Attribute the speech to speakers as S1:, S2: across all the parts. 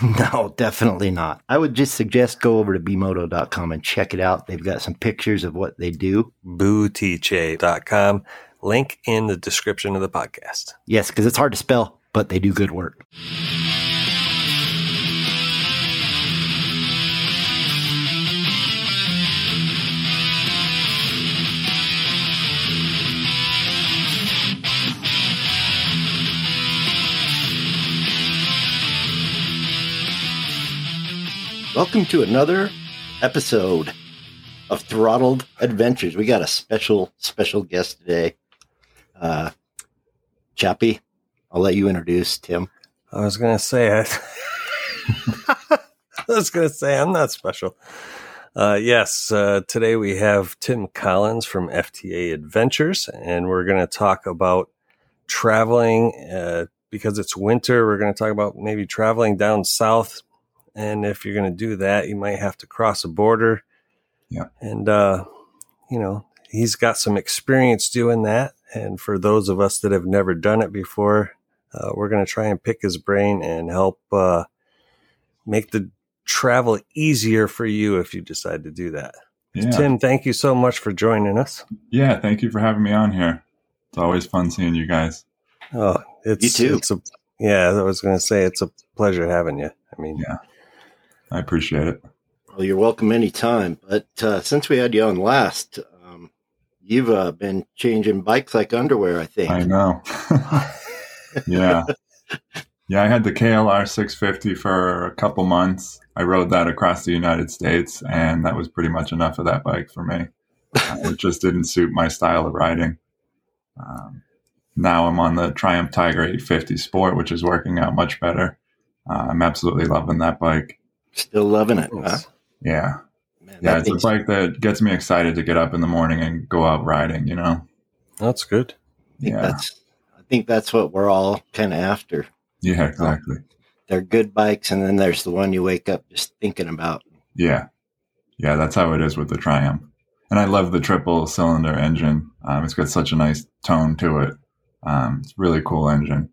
S1: No, definitely not. I would just suggest go over to bmoto.com and check it out. They've got some pictures of what they do.
S2: Bootiche.com, link in the description of the podcast.
S1: Yes, because it's hard to spell, but they do good work. Welcome to another episode of Throttled Adventures. We got a special, special guest today. Uh, Chappie, I'll let you introduce Tim.
S2: I was gonna say I, I was gonna say I'm not special. Uh, yes, uh, today we have Tim Collins from FTA Adventures, and we're gonna talk about traveling uh, because it's winter. We're gonna talk about maybe traveling down south, and if you're gonna do that, you might have to cross a border.
S3: Yeah.
S2: and uh, you know he's got some experience doing that, and for those of us that have never done it before, uh, we're going to try and pick his brain and help uh, make the travel easier for you if you decide to do that.
S3: Yeah.
S2: Tim, thank you so much for joining us.
S3: yeah, thank you for having me on here. It's always fun seeing you guys.
S2: Oh, it's
S1: You too.
S2: it's a yeah. I was going to say it's a pleasure having you. I mean,
S3: Yeah. I appreciate it.
S1: Well, you're welcome anytime. But uh, since we had you on last, um, you've uh, been changing bikes like underwear, I think.
S3: I know. yeah. Yeah, I had the KLR 650 for a couple months. I rode that across the United States, and that was pretty much enough of that bike for me. Uh, it just didn't suit my style of riding. Um, now I'm on the Triumph Tiger 850 Sport, which is working out much better. Uh, I'm absolutely loving that bike.
S1: Still loving it. Huh?
S3: Yeah.
S1: Man,
S3: Yeah,
S1: that
S3: it's a
S1: thing's-
S3: bike that gets me excited to get up in the morning and go out riding, you know?
S2: that's good.
S1: I think
S3: Yeah.
S1: that's, I think that's what we're all kind of after.
S3: Yeah, exactly.
S1: They're good bikes, and then there's the one you wake up just thinking about.
S3: Yeah. Yeah, that's how it is with the Triumph. And I love the triple cylinder engine. Um, it's got such a nice tone to it. Um, it's a really cool engine.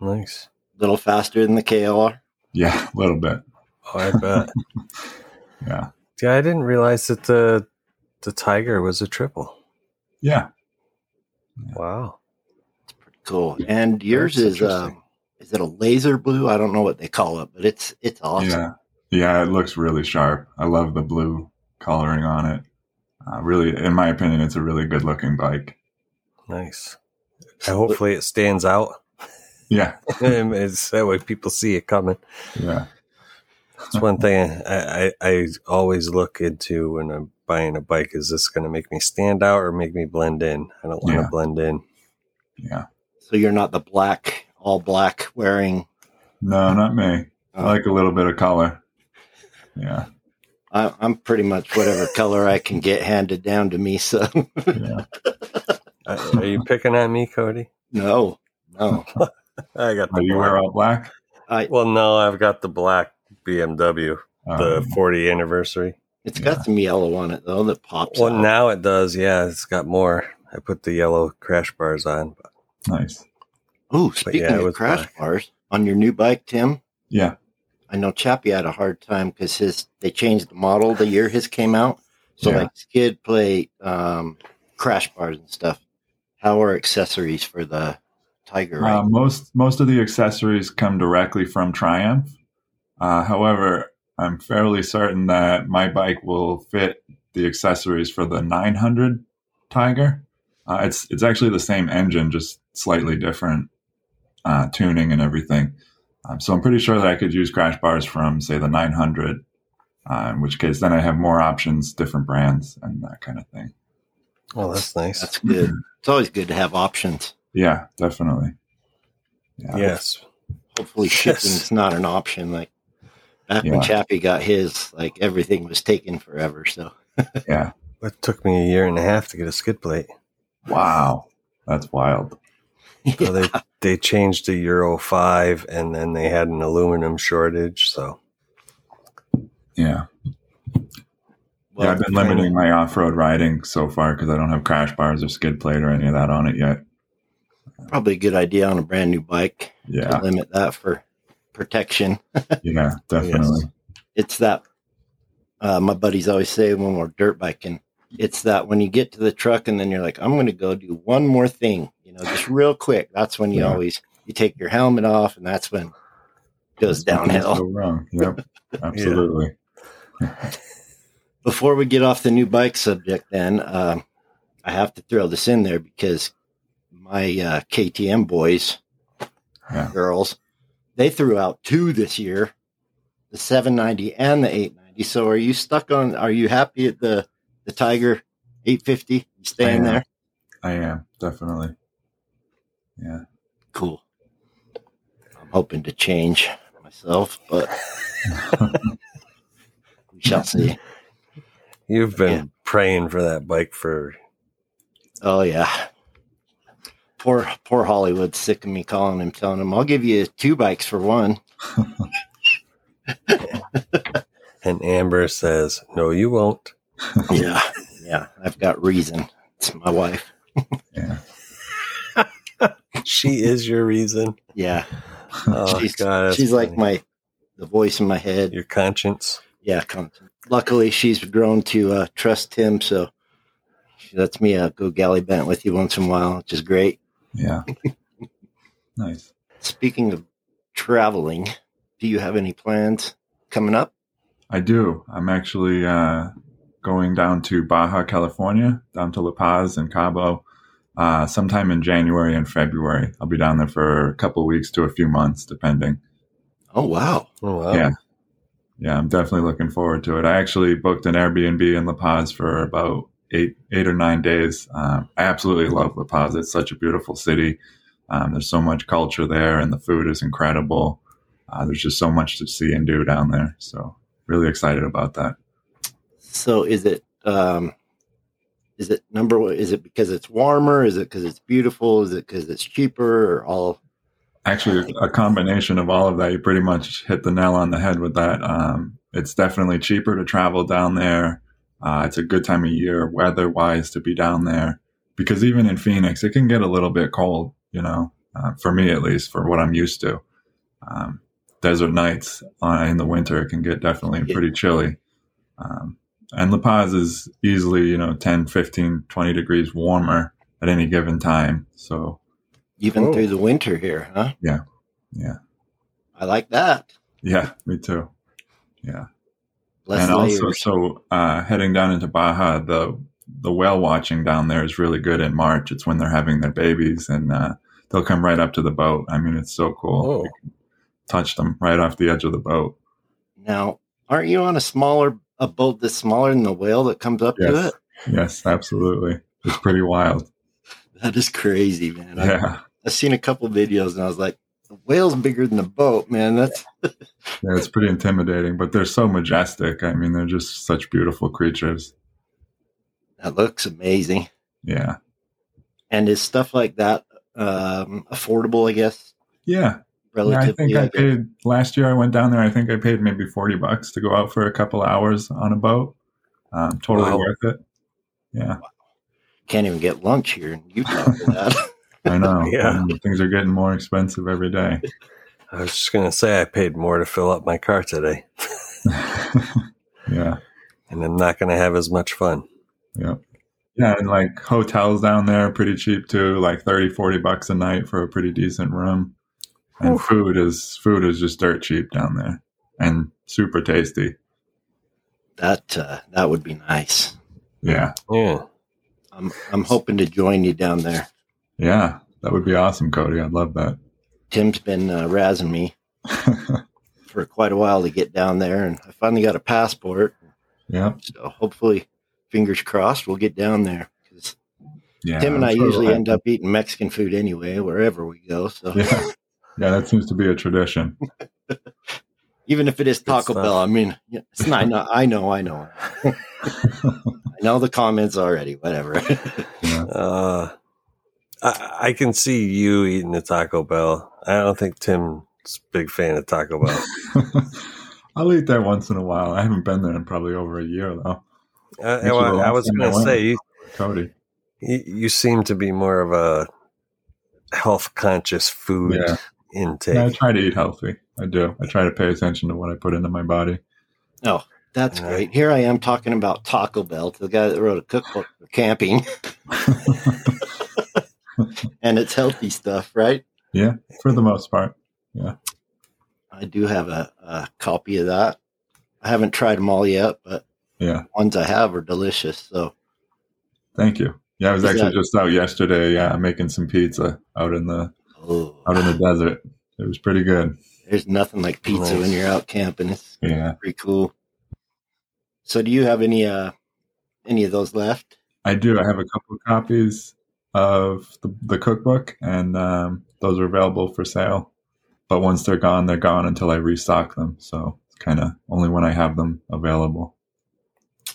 S2: Nice.
S1: A little faster than the KLR.
S3: Yeah, a little bit.
S2: Oh, I bet.
S3: Yeah.
S2: yeah, I didn't realize that the the tiger was a triple.
S3: Yeah.
S2: Wow.
S1: Cool. And yours
S2: That's
S1: is uh,
S2: interesting.
S1: is it a laser blue? I don't know what they call it, but it's it's awesome.
S3: Yeah. Yeah, it looks really sharp. I love the blue coloring on it. Uh, really, in my opinion, it's a really good looking bike.
S2: Nice. And hopefully it stands out.
S3: Yeah.
S2: it's that way people see it coming.
S3: Yeah.
S2: It's one thing I, I, I always look into when I'm buying a bike. Is this going to make me stand out or make me blend in? I don't want to
S3: Yeah.
S2: blend in.
S3: Yeah.
S1: So you're not the black, all black wearing.
S3: No, not me. I
S1: uh,
S3: like a little bit of color. Yeah.
S1: I, I'm pretty much whatever color I can get handed down to me. So
S3: Yeah.
S2: Uh, Are you picking on me, Cody?
S1: no, no,
S2: I got
S3: Oh,
S2: the
S3: you
S2: black.
S3: wear all black?
S1: I
S2: well, no, I've got the black BMW,
S3: Oh,
S2: the 40 anniversary.
S1: it's got some yellow on it though that pops.
S2: Well,
S1: out.
S2: now it does. Yeah, it's got more. I put the yellow crash bars on.
S3: nice.
S1: Ooh, speaking
S2: yeah, it
S1: of
S2: was
S1: crash
S2: black.
S1: bars on your new bike, Tim.
S3: Yeah.
S1: I know Chappie had a hard time because his they changed the model the year his came out. So
S3: Yeah.
S1: like skid plate, um, crash bars and stuff. How are accessories for the Tiger?
S3: Uh,
S2: Um,
S3: most most of the accessories come directly from Triumph. Uh, however, I'm fairly certain that my bike will fit the accessories for the 900 Tiger. Uh, it's it's actually the same engine, just slightly different uh, tuning and everything. Um, so I'm pretty sure that I could use crash bars from say the 900, uh, in which case then I have more options, different brands, and that kind of thing.
S2: Well, that's nice.
S1: That's good. it's always good to have options.
S3: Yeah, definitely.
S2: Yeah. Yes.
S1: Hopefully, shipping's
S2: Yes.
S1: not an option. Like back
S3: Yeah.
S1: when Chappie got his, like everything was taken forever. So
S3: Yeah.
S2: It took me a year and a half to get a skid plate.
S3: Wow. That's wild.
S2: So they they changed to Euro five, and then they had an aluminum shortage. So
S3: Yeah.
S1: well,
S3: yeah, I've been limiting my off-road riding so far because I don't have crash bars or skid plate or any of that on it yet.
S1: probably a good idea on a brand new bike
S3: Yeah,
S1: to limit that for protection.
S3: yeah, definitely.
S1: It's that uh, my buddies always say when we're dirt biking. It's that when you get to the truck and then you're like, I'm going to go do one more thing, you know, just real quick. That's when you
S3: Yeah.
S1: always you take your helmet off, and that's when it goes
S3: Something
S1: downhill.
S3: can go wrong. Yep, absolutely.
S1: before we get off the new bike subject, then um, I have to throw this in there because my uh, KTM boys,
S3: Yeah.
S1: girls, they threw out two this year, the 790 and the 890. So are you stuck on? Are you happy at the the Tiger 850? You staying
S3: am.
S1: there?
S3: I am definitely. Yeah,
S1: Cool. I'm hoping to change myself, but we shall see.
S2: you've been
S1: Yeah.
S2: praying for that bike for
S1: Oh yeah. Poor poor Hollywood's sick of me calling him, telling him, I'll give you two bikes for one.
S2: and Amber says, No, you won't.
S1: Yeah. Yeah. I've got reason. It's my wife.
S3: yeah.
S2: She is your reason.
S1: Yeah.
S2: Oh,
S1: she's
S2: God, that's
S1: she's like
S2: funny.
S1: my the voice in my head.
S2: your conscience.
S1: Yeah, constant. Luckily she's grown to uh, trust him, so she lets me uh, go galley bent with you once in a while, which is great.
S3: Yeah. nice.
S1: Speaking of traveling, do you have any plans coming up?
S3: I do. I'm actually uh, going down to Baja California, down to La Paz and Cabo, uh, sometime in January and February. I'll be down there for a couple weeks to a few months, depending.
S1: Oh wow.
S2: Oh, wow.
S3: Yeah. Yeah, I'm definitely looking forward to it. I actually booked an Airbnb in La Paz for about eight, eight or nine days. Um, I absolutely love La Paz. It's such a beautiful city. Um, there's so much culture there, and the food is incredible. Uh, there's just so much to see and do down there. So really excited about that.
S1: So is it um is it number one is it because it's warmer? Is it because it's beautiful? Is it because it's cheaper or all
S3: Actually, a combination of all of that. You pretty much hit the nail on the head with that. Um, it's definitely cheaper to travel down there. Uh, it's a good time of year, weather wise, to be down there because even in Phoenix, it can get a little bit cold, you know, uh, for me at least, for what I'm used to. Um, desert nights uh, in the winter, it can get definitely
S1: Yeah.
S3: pretty chilly. Um, and La Paz is easily, you know, 10, 15, 20 degrees warmer at any given time. So,
S1: even
S2: Oh.
S1: through the winter here, huh?
S3: Yeah. Yeah.
S1: I like that.
S3: yeah, me too.
S1: Less
S3: and
S1: layers.
S3: also, so uh, heading down into Baja, the the whale watching down there is really good in March. It's when they're having their babies, and uh, they'll come right up to the boat. I mean, it's so cool.
S2: Oh.
S3: You can touch them right off the edge of the boat.
S1: now, aren't you on a smaller a boat that's smaller than the whale that comes up to
S3: Yes,
S1: it?
S3: yes, absolutely. It's pretty wild.
S1: That is crazy, man. I,
S3: Yeah,
S1: I've seen a couple videos and I was like, the whale's bigger than the boat, man. That's
S3: yeah, it's pretty intimidating, but they're so majestic. I mean, they're just such beautiful creatures.
S1: that looks amazing.
S3: Yeah,
S1: And is stuff like that um affordable, I guess,
S3: yeah. Yeah, I
S1: relatively
S3: think I
S1: I guess?
S3: paid last year. I went down there. I think I paid maybe forty bucks to go out for a couple hours on a boat. Um, totally
S2: Wow.
S3: worth it. Yeah,
S1: can't even get lunch here in Utah for that.
S3: I know.
S2: Yeah.
S3: I know. things are getting more expensive every day.
S2: I was just going to say, I paid more to fill up my car today,
S3: yeah,
S2: and I'm not going to have as much fun.
S3: Yeah, and like hotels down there are pretty cheap too, like 30, 40 bucks a night for a pretty decent room. And Oof. food is food is just dirt cheap down there and super tasty.
S1: That uh, that would be nice.
S3: Yeah.
S2: Yeah.
S1: I'm I'm hoping to join you down there.
S3: Yeah, that would be awesome, Cody. I'd love that.
S1: Tim's been uh, razzing me for quite a while to get down there, and I finally got a passport.
S3: Yeah.
S1: So hopefully, fingers crossed, we'll get down there. Cause yeah, Tim and I'm i sure usually we'll end up eating Mexican food anyway, wherever we go. So
S3: yeah, yeah that seems to be a tradition.
S1: Even if it is Taco Bell, I mean, it's not, I know, I know, I know. I know the comments already. Whatever.
S2: yeah. uh, I, I can see you eating a Taco Bell. I don't think Tim big fan of Taco Bell.
S3: I'll eat that once in a while. I haven't been there in probably over a year though.
S2: Uh, well, I was going to say, you,
S3: Cody,
S2: you, you, seem to be more of a health conscious food yeah. intake.
S3: Yeah, I try to eat healthy. I do. I try to pay attention to what I put into my body.
S1: Oh, that's uh, great. Here I am talking about Taco Bell to the guy that wrote a cookbook for camping. and it's healthy stuff, right?
S3: Yeah, for the most part. Yeah.
S1: I do have a, a, copy of that. I haven't tried them all yet, but
S3: yeah,
S1: ones I have are delicious. So
S3: thank you. Yeah, I was Is actually that, just out yesterday, yeah, making some pizza out in the oh, out in the desert. It was pretty good.
S1: There's nothing like pizza nice. when you're out camping. It's
S3: yeah.
S1: pretty cool. So do you have any uh any of those left?
S3: I do. I have a couple of copies of the, the cookbook and um, those are available for sale but once they're gone, they're gone until I restock them. So it's kind of only when I have them available.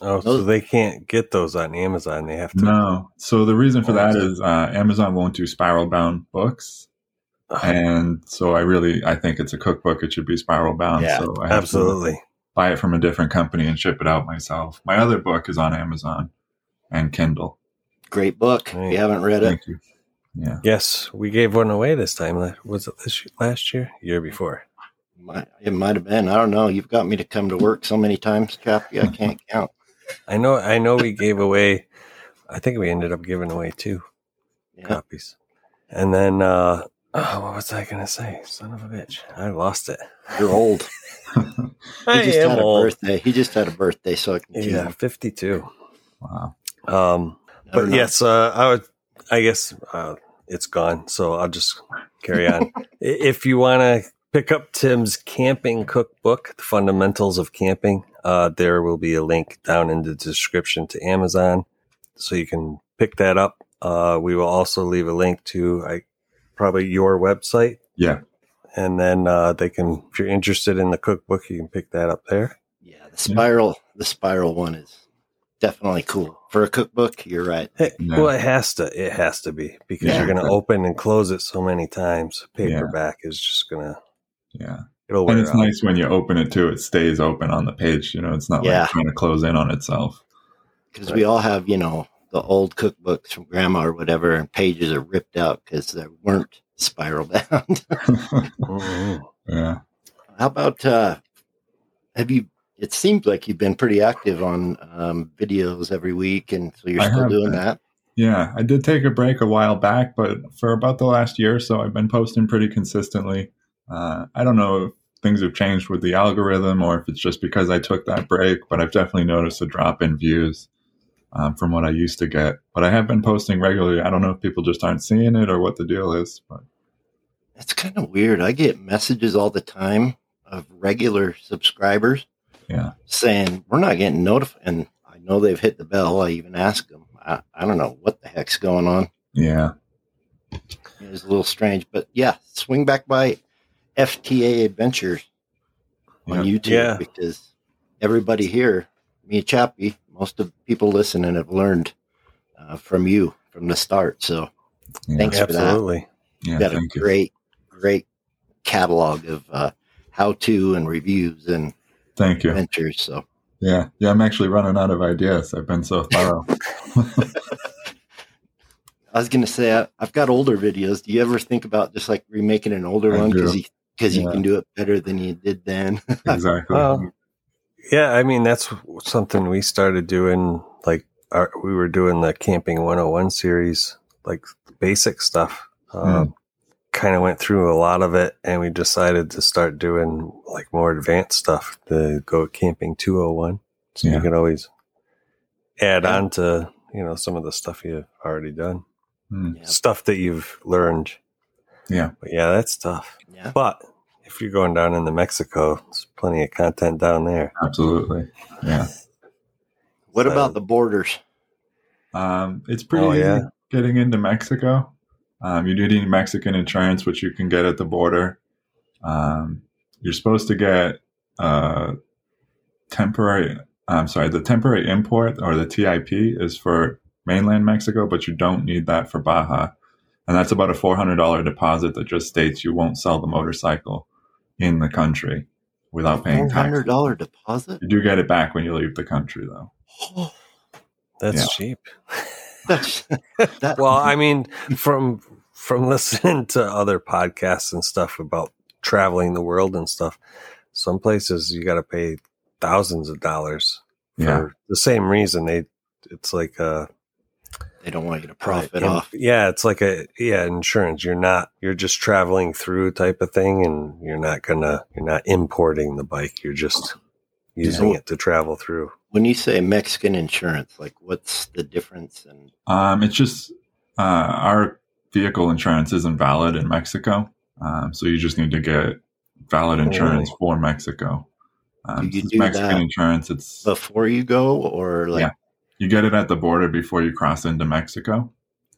S2: Oh, so they can't get those on Amazon. They have to.
S3: No. So the reason for that is uh, Amazon won't do spiral bound books. And so I really, I think it's a cookbook. It should be spiral bound.
S2: Yeah,
S3: so
S2: absolutely.
S3: buy it from a different company and ship it out myself. My other book is on Amazon and Kindle.
S1: Great book. Right. If you haven't read
S3: Thank
S1: it,
S3: you. Yeah.
S2: Yes, we gave one away this time. Uh, Was it this year, last year? Year before?
S1: It might have been. I don't know. You've got me to come to work so many times, Chappie. I can't count.
S2: I know. I know. We gave away. I think we ended up giving away two yeah. copies, and then uh, oh, what was I going to say? Son of a bitch! I lost it.
S1: You're old.
S2: I
S1: just
S2: am
S1: had a
S2: old.
S1: birthday. He just had a birthday, so I can
S2: yeah, fifty-two.
S3: Wow.
S2: Um, but know. yes, uh, I would. I guess uh, it's gone. So I'll just carry on. if you want to pick up Tim's camping cookbook, The Fundamentals of Camping, uh, there will be a link down in the description to Amazon. So you can pick that up. Uh, we will also leave a link to I, probably your website.
S3: Yeah.
S2: And then uh, they can, if you're interested in the cookbook, you can pick that up there.
S1: Yeah. The spiral, yeah. the spiral one is definitely cool for a cookbook. You're right.
S2: Hey, yeah. Well, it has to. It has to be because yeah. you're going to open and close it so many times. Paperback yeah. is just going to.
S3: Yeah. It'll and it's out. nice when you open it too. It stays open on the page. You know, it's not like trying to close in on itself.
S1: Because right. we all have, you know, the old cookbooks from grandma or whatever, and pages are ripped out because they weren't spiral bound.
S2: Mm-hmm.
S3: yeah.
S1: How about uh, have you it seems like you've been pretty active on um, videos every week, and so you're I still doing been. that.
S3: Yeah, I did take a break a while back, but for about the last year or so, I've been posting pretty consistently. Uh, I don't know if things have changed with the algorithm or if it's just because I took that break, but I've definitely noticed a drop in views um, from what I used to get. But I have been posting regularly. I don't know if people just aren't seeing it or what the deal is. But
S1: it's kind of weird. I get messages all the time of regular subscribers
S3: yeah.
S1: saying we're not getting notified. And I know they've hit the bell. I even asked them. I, I don't know what the heck's going on.
S3: Yeah,
S1: it was a little strange, but yeah, swing back by FTA Adventures
S2: yeah.
S1: on YouTube
S2: yeah.
S1: because everybody here, me and Chappie, most of the people listening have learned uh, from you from the start. So
S2: yeah.
S1: thanks
S2: Absolutely.
S1: for that. Yeah, got a great, you. great catalog of uh, how to and reviews and
S3: Thank you.
S1: Adventures, so
S3: yeah, yeah, I'm actually running out of ideas. I've been so thorough.
S1: I was gonna say I, have got older videos. Do you ever think about just like remaking an older I one because because yeah. you can do it better than you did then?
S3: exactly.
S2: Um, Well, yeah, I mean that's something we started doing like our, we were doing the camping 101 series, like basic stuff.
S3: Hmm.
S2: Um, Kind of went through a lot of it, and we decided to start doing like more advanced stuff. The go camping 201, so
S3: Yeah.
S2: you can always add
S1: Yeah.
S2: on to you know some of the stuff you've already done,
S3: Hmm.
S1: Yeah.
S2: stuff that you've learned.
S3: Yeah.
S2: But yeah, that's tough.
S1: Yeah.
S2: But if you're going down into Mexico, there's plenty of content down there.
S3: Absolutely. Yeah.
S1: What
S2: So-
S1: about the borders?
S3: Um, it's pretty
S2: Oh,
S3: easy
S2: yeah.
S3: getting into Mexico. Um, you do need Mexican insurance, which you can get at the border. Um, you're supposed to get uh, temporary. I'm sorry, the temporary import or the TIP is for mainland Mexico, but you don't need that for Baja, and that's about a $400 deposit that just states you won't sell the motorcycle in the country without paying tax.
S1: $400 deposit?
S3: You do get it back when you leave the country, though.
S1: Oh,
S2: That's
S3: Yeah.
S2: cheap.
S1: that's, that,
S2: Well, I mean, from from listening to other podcasts and stuff about traveling the world and stuff, some places you got to pay thousands of dollars
S3: Yeah,
S2: for the same reason. They it's like a
S1: they don't want you to profit
S2: in-
S1: off.
S2: Yeah, it's like a yeah insurance. You're not you're just traveling through type of thing, and you're not gonna you're not importing the bike. You're just using
S1: Yeah.
S2: it to travel through.
S1: When you say Mexican insurance, like what's the difference? And
S3: Um, it's just uh, our vehicle insurance isn't valid in Mexico, um, so you just need to get valid insurance
S2: Really?
S3: for Mexico. Um,
S1: Do Oh. you
S3: since
S1: do
S3: Mexican
S1: that
S3: insurance, it's
S1: before you go, or like,
S3: you get it at the border before you cross into Mexico,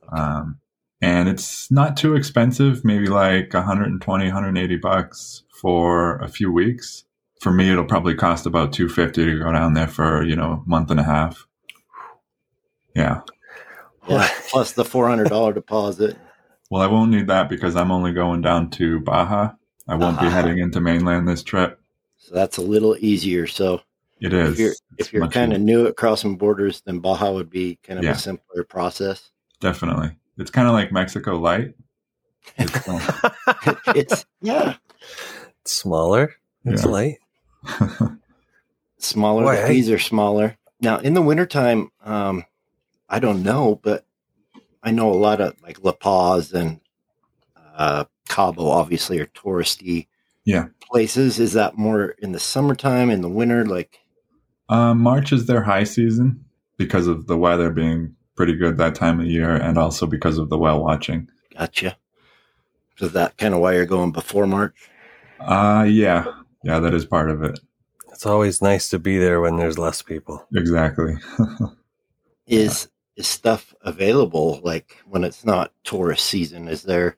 S3: um, and it's not too expensive. Maybe like 120, 180 bucks for a few weeks. For me, it'll probably cost about 250 to go down there for you know a month and a half. Yeah.
S1: yeah, plus the $400 deposit?
S3: Well, I won't need that because I'm only going down to Baja. I won't be
S1: Ah.
S3: heading into mainland this trip.
S1: So that's a little easier. So
S3: It is.
S1: if you're
S3: It's
S1: if you're
S3: much-
S1: kind of new at crossing borders, then Baja would be kind of
S3: Yeah.
S1: a simpler process.
S3: definitely, it's kind of like Mexico light. It's, uh,
S1: it's yeah,
S2: It's smaller. It's
S3: Yeah.
S2: light.
S1: smaller.
S2: Boy,
S1: the
S2: I-
S1: fees are smaller. Now in the wintertime, um, I don't know, but I know a lot of like La Paz and uh, Cabo obviously are touristy
S3: Yeah.
S1: places. Is that more in the summertime, in the winter? Like
S3: um, March is their high season because of the weather being pretty good that time of year, and also because of the whale watching.
S1: gotcha. So that kind of why you're going before March?
S3: Uh yeah, yeah, that is part of it.
S2: It's always nice to be there when there's less people.
S3: Exactly.
S1: is is stuff available like when it's not tourist season is there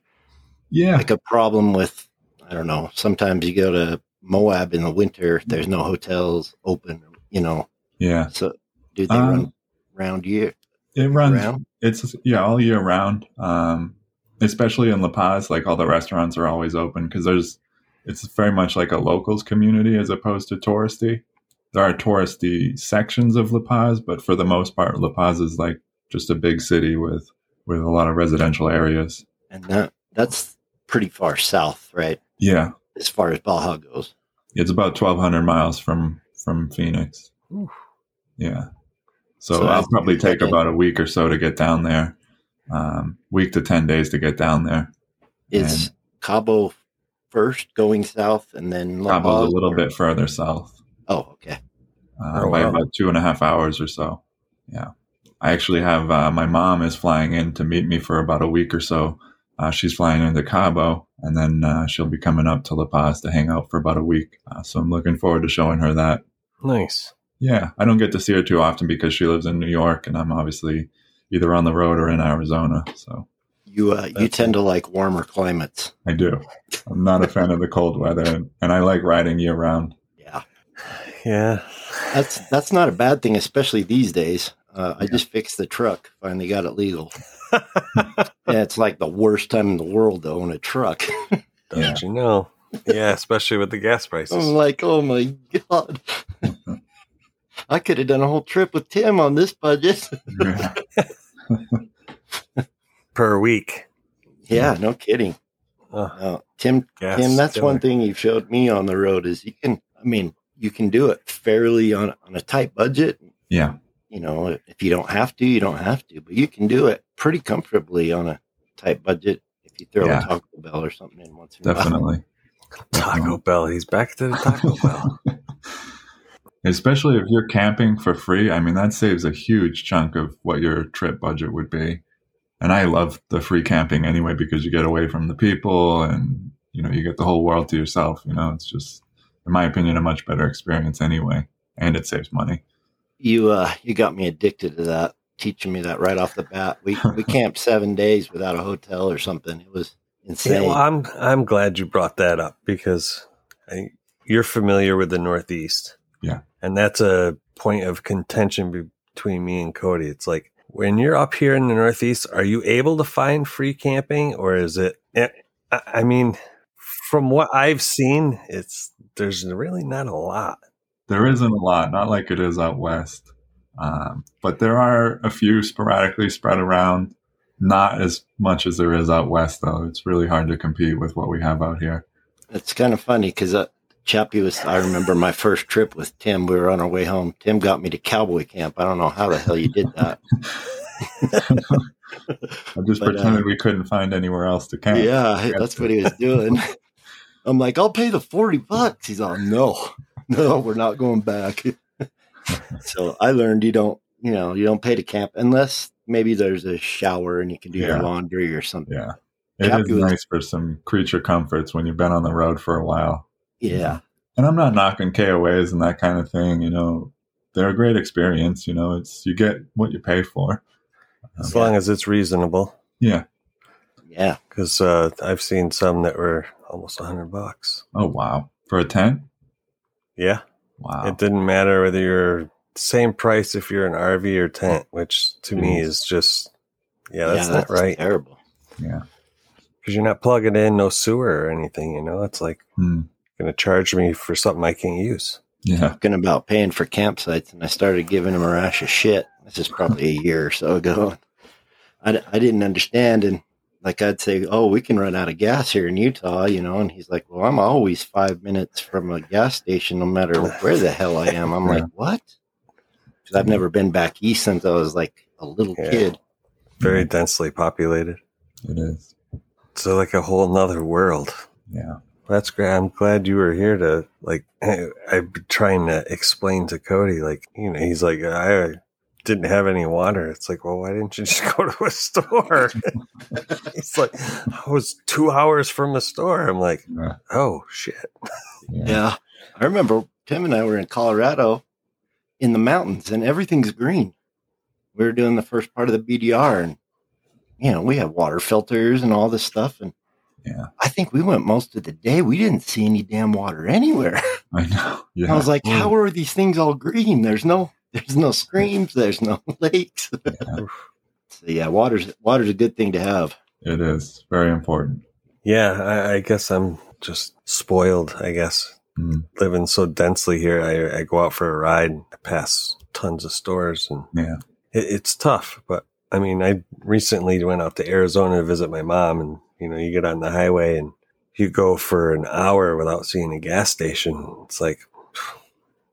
S3: yeah,
S1: like a problem with i don't know sometimes you go to moab in the winter
S3: Mm-hmm.
S1: there's no hotels open you know
S3: yeah.
S1: so do they
S3: Um,
S1: run round year
S3: It runs.
S1: Around?
S3: It's yeah, all year round. Um, especially in La Paz, like all the restaurants are always open because there's. It's very much like a locals community as opposed to touristy. There are touristy sections of La Paz, but for the most part, La Paz is like just a big city with with a lot of residential areas.
S1: and that that's pretty far south right
S3: Yeah,
S1: as far as baja goes
S3: it's about twelve hundred miles from from Phoenix.
S2: Oof.
S3: Yeah, so,
S1: So
S3: I'll
S1: that's-
S3: probably take
S1: okay.
S3: about a week or so to get down there. Um, week to ten days to get down there.
S1: is
S3: And-
S1: cabo first going south and then La
S3: Cabo's
S1: Paz,
S3: a little
S1: or-
S3: bit further south
S1: oh okay
S3: uh,
S2: Oh,
S3: by
S2: wow.
S3: about two and a half hours or so. Yeah, I actually have uh, my mom is flying in to meet me for about a week or so. Uh, she's flying into Cabo, and then uh, she'll be coming up to La Paz to hang out for about a week. Uh, so I'm looking forward to showing her that.
S2: Nice.
S3: Yeah, I don't get to see her too often because she lives in New York, and I'm obviously either on the road or in Arizona. So
S1: you uh, you
S2: That's-
S1: tend to like warmer climates
S3: I do. I'm not a fan of the cold weather, and, and I like riding year round.
S1: yeah
S2: Yeah.
S1: That's that's not a bad thing, especially these days. Uh, I just fixed the truck. Finally got it legal. and it's like the worst time in the world to own a truck.
S2: Don't you know? Yeah, especially with the gas
S1: I'm
S2: prices.
S1: like, oh my god, I could have done a whole trip with Tim on this budget.
S3: Yeah.
S2: per week.
S1: yeah, no kidding.
S2: Oh,
S1: Uh, Tim,
S2: gas
S1: Tim, that's one
S2: killer.
S1: thing you showed me on the road is you can. I mean, you can do it fairly on on a tight budget.
S3: yeah.
S1: you know, if you don't have to, you don't have to, but you can do it pretty comfortably on a tight budget if you throw
S3: Yeah.
S1: a Taco Bell or something in once in a while.
S3: Definitely.
S2: Taco Bell. He's back to the Taco Bell.
S3: Especially if you're camping for free. I mean, that saves a huge chunk of what your trip budget would be. And I love the free camping anyway because you get away from the people and, you know, you get the whole world to yourself. You know, it's just, in my opinion, a much better experience anyway. And it saves money.
S1: You uh, you got me addicted to that, teaching me that right off the bat. We we camped seven days without a hotel or something. It was
S2: Yeah,
S1: insane.
S2: well, I'm I'm glad you brought that up because I, you're familiar with the Northeast.
S3: Yeah.
S2: and that's a point of contention be- between me and Cody. It's like when you're up here in the Northeast, are you able to find free camping, or is it? I I mean, from what I've seen, it's there's really not a lot.
S3: There isn't a lot, not like it is out west. Um, but there are a few sporadically spread around. Not as much as there is out west, though. It's really hard to compete with what we have out here.
S1: It's kind of funny because uh, Chappie was. I remember my first trip with Tim. We were on our way home. Tim got me to cowboy camp. I don't know how the hell you did that.
S3: I just
S1: But, uh,
S3: pretended we couldn't find anywhere else to camp.
S1: yeah, that's what he was doing. I'm like, I'll pay the forty bucks. He's all, no, no, we're not going back. so I learned you don't, you know, you don't pay to camp unless maybe there's a shower and you can do your
S3: Yeah.
S1: laundry or something.
S3: Yeah. It
S1: Cap
S3: is
S1: was-
S3: nice for some creature comforts when you've been on the road for a while.
S1: Yeah,
S3: And I'm not knocking KOAs and that kind of thing, you know. They're a great experience, you know. It's you get what you pay for.
S2: As long as it's reasonable,
S3: Yeah.
S1: yeah.
S2: because uh, I've seen some that were almost hundred bucks.
S3: Oh wow. For a tent?
S2: Yeah,
S3: Wow.
S2: It didn't matter whether you're same price if you're an RV or tent, which to me
S3: Mm.
S2: is just yeah, that's
S1: yeah,
S2: not right
S1: Terrible.
S2: because you're not plugging in no sewer or anything. You know, it's like
S3: Hmm.
S2: going to charge me for something I can't use.
S3: Yeah.
S1: talking about paying for campsites and I started giving him a rash of shit. This is probably a year or so ago. I, d- I didn't understand. And like I'd say, oh, we can run out of gas here in Utah, you know? And he's like, well, I'm always five minutes from a gas station, no matter where the hell I am. I'm like, what? Because I've never been back east since I was like a little
S2: Yeah.
S1: kid.
S2: Very densely populated,
S3: It is.
S2: so like a whole nother world.
S3: Yeah.
S2: That's great. I'm glad you were here to like. I've been trying to explain to Cody, like you know, he's like, I didn't have any water. It's like, well, why didn't you just go to a store? he's like, I was two hours from a store. I'm like,
S3: Yeah.
S2: oh shit.
S1: Yeah. I remember Tim and I were in Colorado in the mountains and everything's green. We were doing the first part of the BDR and you know, we had water filters and all this stuff and
S3: Yeah.
S1: I think we went most of the day. We didn't see any damn water anywhere.
S3: I know. Yeah.
S1: I was like,
S2: Mm.
S1: how are these things all green? There's no there's no streams, there's no lakes. so yeah, water's water's a good thing to have.
S3: it is. Very important.
S2: Yeah, I, I guess I'm just spoiled. I guess
S3: Mm.
S2: living so densely here, I, I go out for a ride, I pass tons of stores, and
S3: Yeah.
S2: it, it's tough. But I mean, I recently went out to Arizona to visit my mom, and you know, you get on the highway and you go for an hour without seeing a gas station. It's like,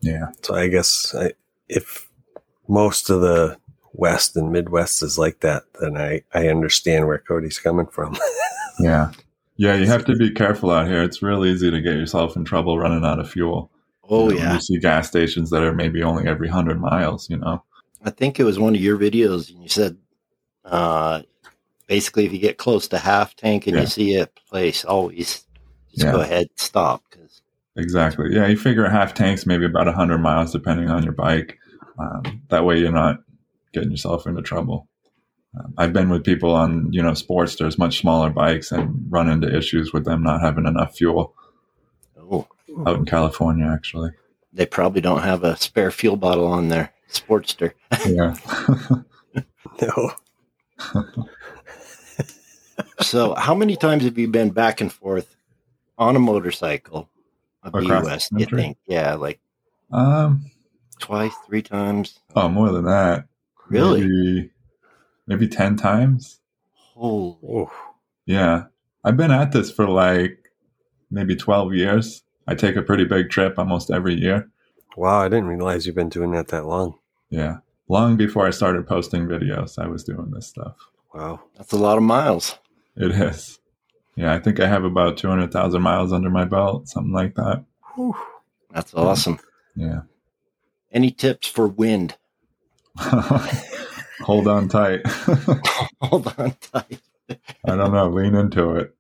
S3: Yeah.
S2: so I guess I, if most of the West and Midwest is like that, then I, I understand where Cody's coming from.
S3: Yeah. Yeah, you have to be careful out here. It's real easy to get yourself in trouble running out of fuel.
S1: Oh
S3: You know,
S1: yeah.
S3: You see gas stations that are maybe only every 100 miles, you know?
S1: I think it was one of your videos, and you said, uh, basically, if you get close to half tank and
S3: Yeah.
S1: you see a place, always just
S3: Yeah.
S1: go ahead, stop. Because
S3: Exactly. Yeah, you figure a half tank's maybe about 100 miles, depending on your bike. Um, that way you're not getting yourself into trouble. Um, I've been with people on, you know, Sportsters, much smaller bikes, and run into issues with them not having enough fuel
S1: oh,
S3: out in California, actually.
S1: they probably don't have a spare fuel bottle on their Sportster.
S3: Yeah.
S2: no.
S1: so, how many times have you been back and forth on a motorcycle? Of the
S3: Across the
S1: U.S., you
S3: country?
S1: think? Yeah, like
S3: um,
S1: twice, three times.
S3: oh, more than that.
S1: Really?
S3: Maybe, maybe 10 times.
S1: Holy!
S2: Ooh.
S3: Yeah. I've been at this for like maybe 12 years. I take a pretty big trip almost every year.
S2: Wow, I didn't realize you've been doing that that long.
S3: Yeah. long before I started posting videos, I was doing this stuff.
S1: Wow, that's a lot of miles.
S3: It is. Yeah, I think I have about 200,000 miles under my belt, something like that.
S1: Whew, that's awesome.
S3: Yeah.
S1: Any tips for wind?
S3: Hold on tight.
S1: Hold on tight.
S3: I don't know. Lean into it.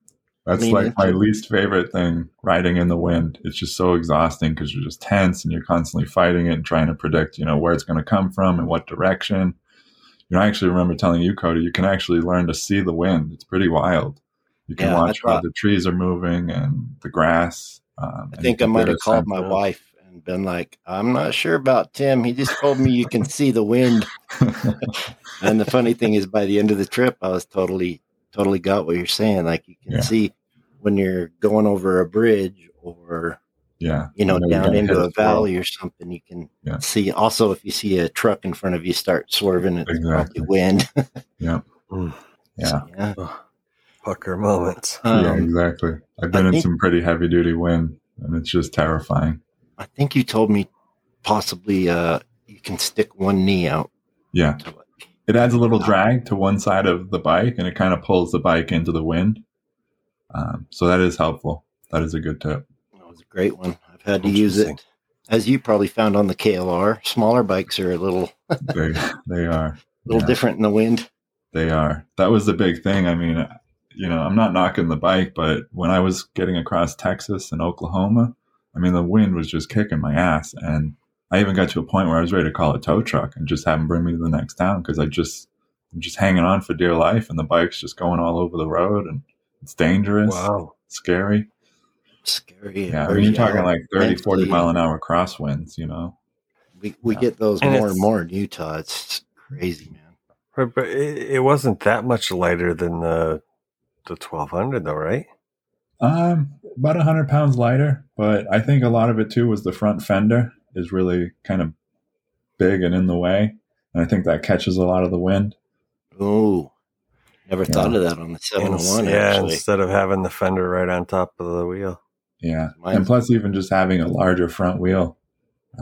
S3: That's lean like my it. least favorite thing riding in the wind. It's just so exhausting because you're just tense and you're constantly fighting it and trying to predict, you know, where it's going to come from and what direction. You know, I actually remember telling you, Cody, you can actually learn to see the wind. It's pretty wild. You can yeah, watch how the trees are moving and the grass.
S1: Um, I think I might have called my wife and been like, I'm not sure about Tim. He just told me you can see the wind. and the funny thing is, by the end of the trip, I was totally totally got what you're saying. Like you can yeah. see when you're going over a bridge or
S3: yeah,
S1: you know, down into a valley world. or something, you can yeah. see. Also, if you see a truck in front of you start swerving, it's exactly. wind.
S3: yeah. Mm. Yeah. So, yeah.
S2: Oh, pucker moments.
S3: Um, yeah, exactly. I've been I in think, some pretty heavy duty wind, and it's just terrifying.
S1: I think you told me possibly uh, you can stick one knee out.
S3: Yeah it adds a little drag to one side of the bike and it kind of pulls the bike into the wind. Um, so that is helpful. That is a good tip.
S1: That was a great one. I've had to use it. As you probably found on the KLR, smaller bikes are a little
S3: they, they are
S1: a little yeah. different in the wind.
S3: They are. That was the big thing. I mean, you know, I'm not knocking the bike, but when I was getting across Texas and Oklahoma, I mean, the wind was just kicking my ass and I even got to a point where I was ready to call a tow truck and just have them bring me to the next town because I just I'm just hanging on for dear life and the bike's just going all over the road and it's dangerous.
S1: Wow.
S3: Scary.
S1: Scary.
S3: Yeah. I mean, you're talking like 30, mentally. 40 mile an hour crosswinds, you know?
S1: We, we yeah. get those and more and more in Utah. It's crazy, man.
S2: Right, but it, it wasn't that much lighter than the the 1200 though, right?
S3: Um, about 100 pounds lighter, but I think a lot of it too was the front fender is really kind of big and in the way. And I think that catches a lot of the wind.
S1: Oh, never yeah. thought of that on the 701. yeah, actually.
S2: instead of having the fender right on top of the wheel.
S3: Yeah. Mine's and plus, even just having a larger front wheel.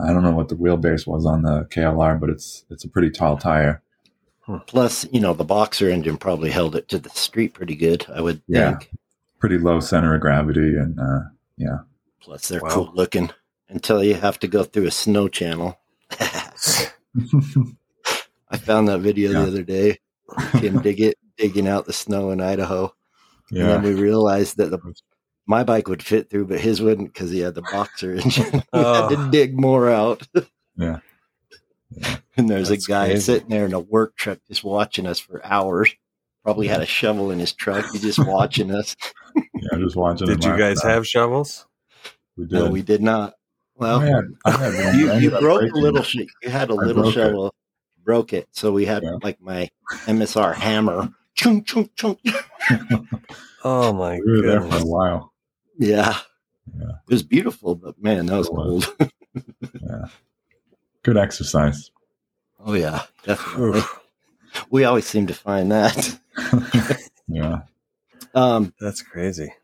S3: I don't know what the wheelbase was on the KLR, but it's it's a pretty tall tire.
S1: Plus, you know, the boxer engine probably held it to the street pretty good, I would yeah. think.
S3: Pretty low center of gravity and uh, yeah.
S1: Plus they're wow. cool looking until you have to go through a snow channel. I found that video yeah. the other day. Tim Diggett digging out the snow in Idaho. Yeah. And then we realized that the, my bike would fit through, but his wouldn't because he had the boxer engine. oh. had to dig more out.
S3: yeah. yeah.
S1: And there's That's a guy crazy. sitting there in a work truck just watching us for hours. Probably yeah. had a shovel in his truck. He's just watching us.
S3: yeah, just watching.
S2: Did you guys
S3: that.
S2: have shovels?
S3: We
S1: did. No, we did not. Well, I had, I had you, you broke breaking. a little. Sh- you had a little shovel, it. broke it. So we had yeah. like my MSR hammer. Chung, chung, chung.
S2: oh my we god!
S3: There for a while.
S1: Yeah.
S3: yeah,
S1: it was beautiful, but man, that was, was. cold.
S3: yeah, good exercise.
S1: Oh yeah, definitely. we always seem to find
S3: that. yeah.
S1: Um,
S2: that's crazy.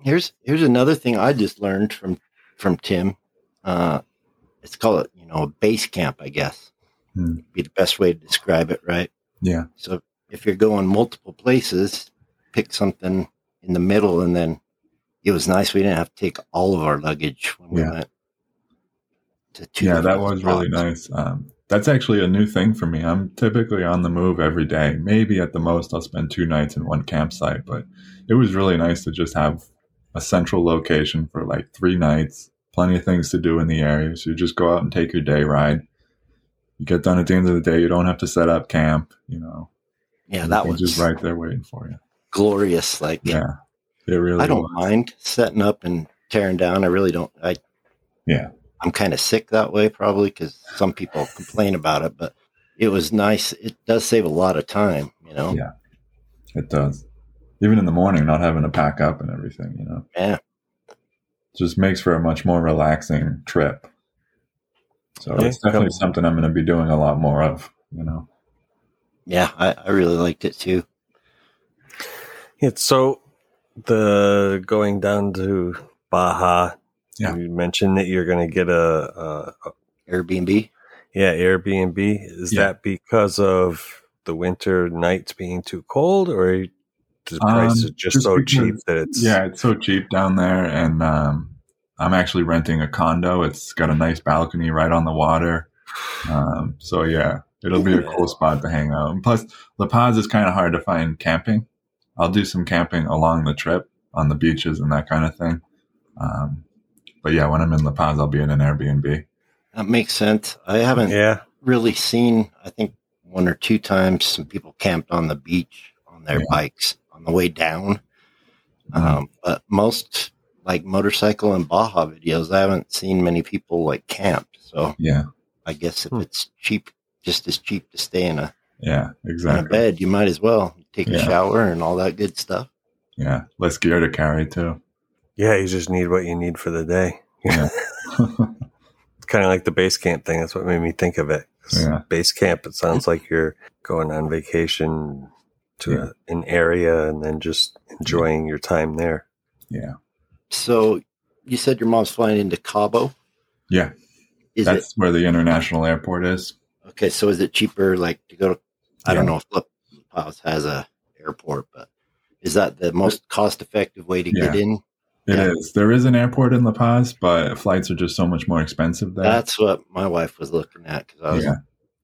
S1: Here's here's another thing I just learned from from Tim. Uh, it's called, you know, a base camp, I guess. Hmm. Be the best way to describe it, right?
S3: Yeah.
S1: So if you're going multiple places, pick something in the middle, and then it was nice. We didn't have to take all of our luggage when yeah. we went
S3: to two. Yeah, that was spots. really nice. Um, that's actually a new thing for me. I'm typically on the move every day. Maybe at the most, I'll spend two nights in one campsite, but it was really nice to just have a central location for like three nights, plenty of things to do in the area. So you just go out and take your day ride. You get done at the end of the day. You don't have to set up camp, you know.
S1: Yeah, that was
S3: just right there waiting for you.
S1: Glorious, like
S3: yeah, it really.
S1: I don't
S3: was.
S1: mind setting up and tearing down. I really don't. I
S3: yeah,
S1: I'm kind of sick that way probably because some people complain about it, but it was nice. It does save a lot of time, you know.
S3: Yeah, it does even in the morning, not having to pack up and everything, you know.
S1: Yeah.
S3: Just makes for a much more relaxing trip. So yeah, it's definitely cool. something I'm going to be doing a lot more of, you know.
S1: Yeah, I, I really liked it too.
S2: It's so the going down to Baja.
S3: Yeah.
S2: You mentioned that you're going to get a, a, a
S1: Airbnb.
S2: Yeah, Airbnb. Is
S3: Yeah.
S2: that because of the winter nights being too cold, or the price is
S3: Um,
S2: just
S3: just
S2: so
S3: because-
S2: cheap that it's
S3: Yeah, it's so cheap down there, and um, I'm actually renting a condo. It's got a nice balcony right on the water. Um, so yeah, it'll be a cool spot to hang out. And plus, La Paz is kind of hard to find camping. I'll do some camping along the trip on the beaches and that kind of thing. Um, but yeah, when I'm in La Paz, I'll be in an Airbnb.
S1: That makes sense. I haven't
S2: yeah,
S1: really seen, I think one or two times, some people camped on the beach on their
S3: Yeah. Mm-hmm.
S1: bikes on the way down. Um, but most like motorcycle and Baja videos, I haven't seen many people like camp. So
S3: Yeah,
S1: I guess if
S2: Hmm.
S1: it's cheap, just as cheap to stay in a,
S3: yeah,
S1: in a
S3: exactly.
S1: bed, you might as well take a
S3: Yeah.
S1: shower and all that good stuff.
S3: Yeah, less gear to carry too.
S2: yeah. You just need what you need for the day.
S3: Yeah.
S2: It's kind of like the base camp thing. That's what made me think of it. 'Cause
S3: Yeah.
S2: Base camp. It sounds like you're going on vacation to
S3: Yeah.
S2: a, an area and then just enjoying your time there.
S3: yeah,
S1: So you said your mom's flying into Cabo.
S3: yeah.
S1: Is
S3: That's where the international airport is.
S1: it okay? So is it cheaper like to go to? I don't
S3: Yeah.
S1: know if La Paz has a airport, but is that the most cost effective way to get in?
S3: It is.
S1: Yeah.
S3: There is an airport in La Paz, but flights are just so much more expensive there.
S1: That's what my wife was looking at because I was,
S3: yeah,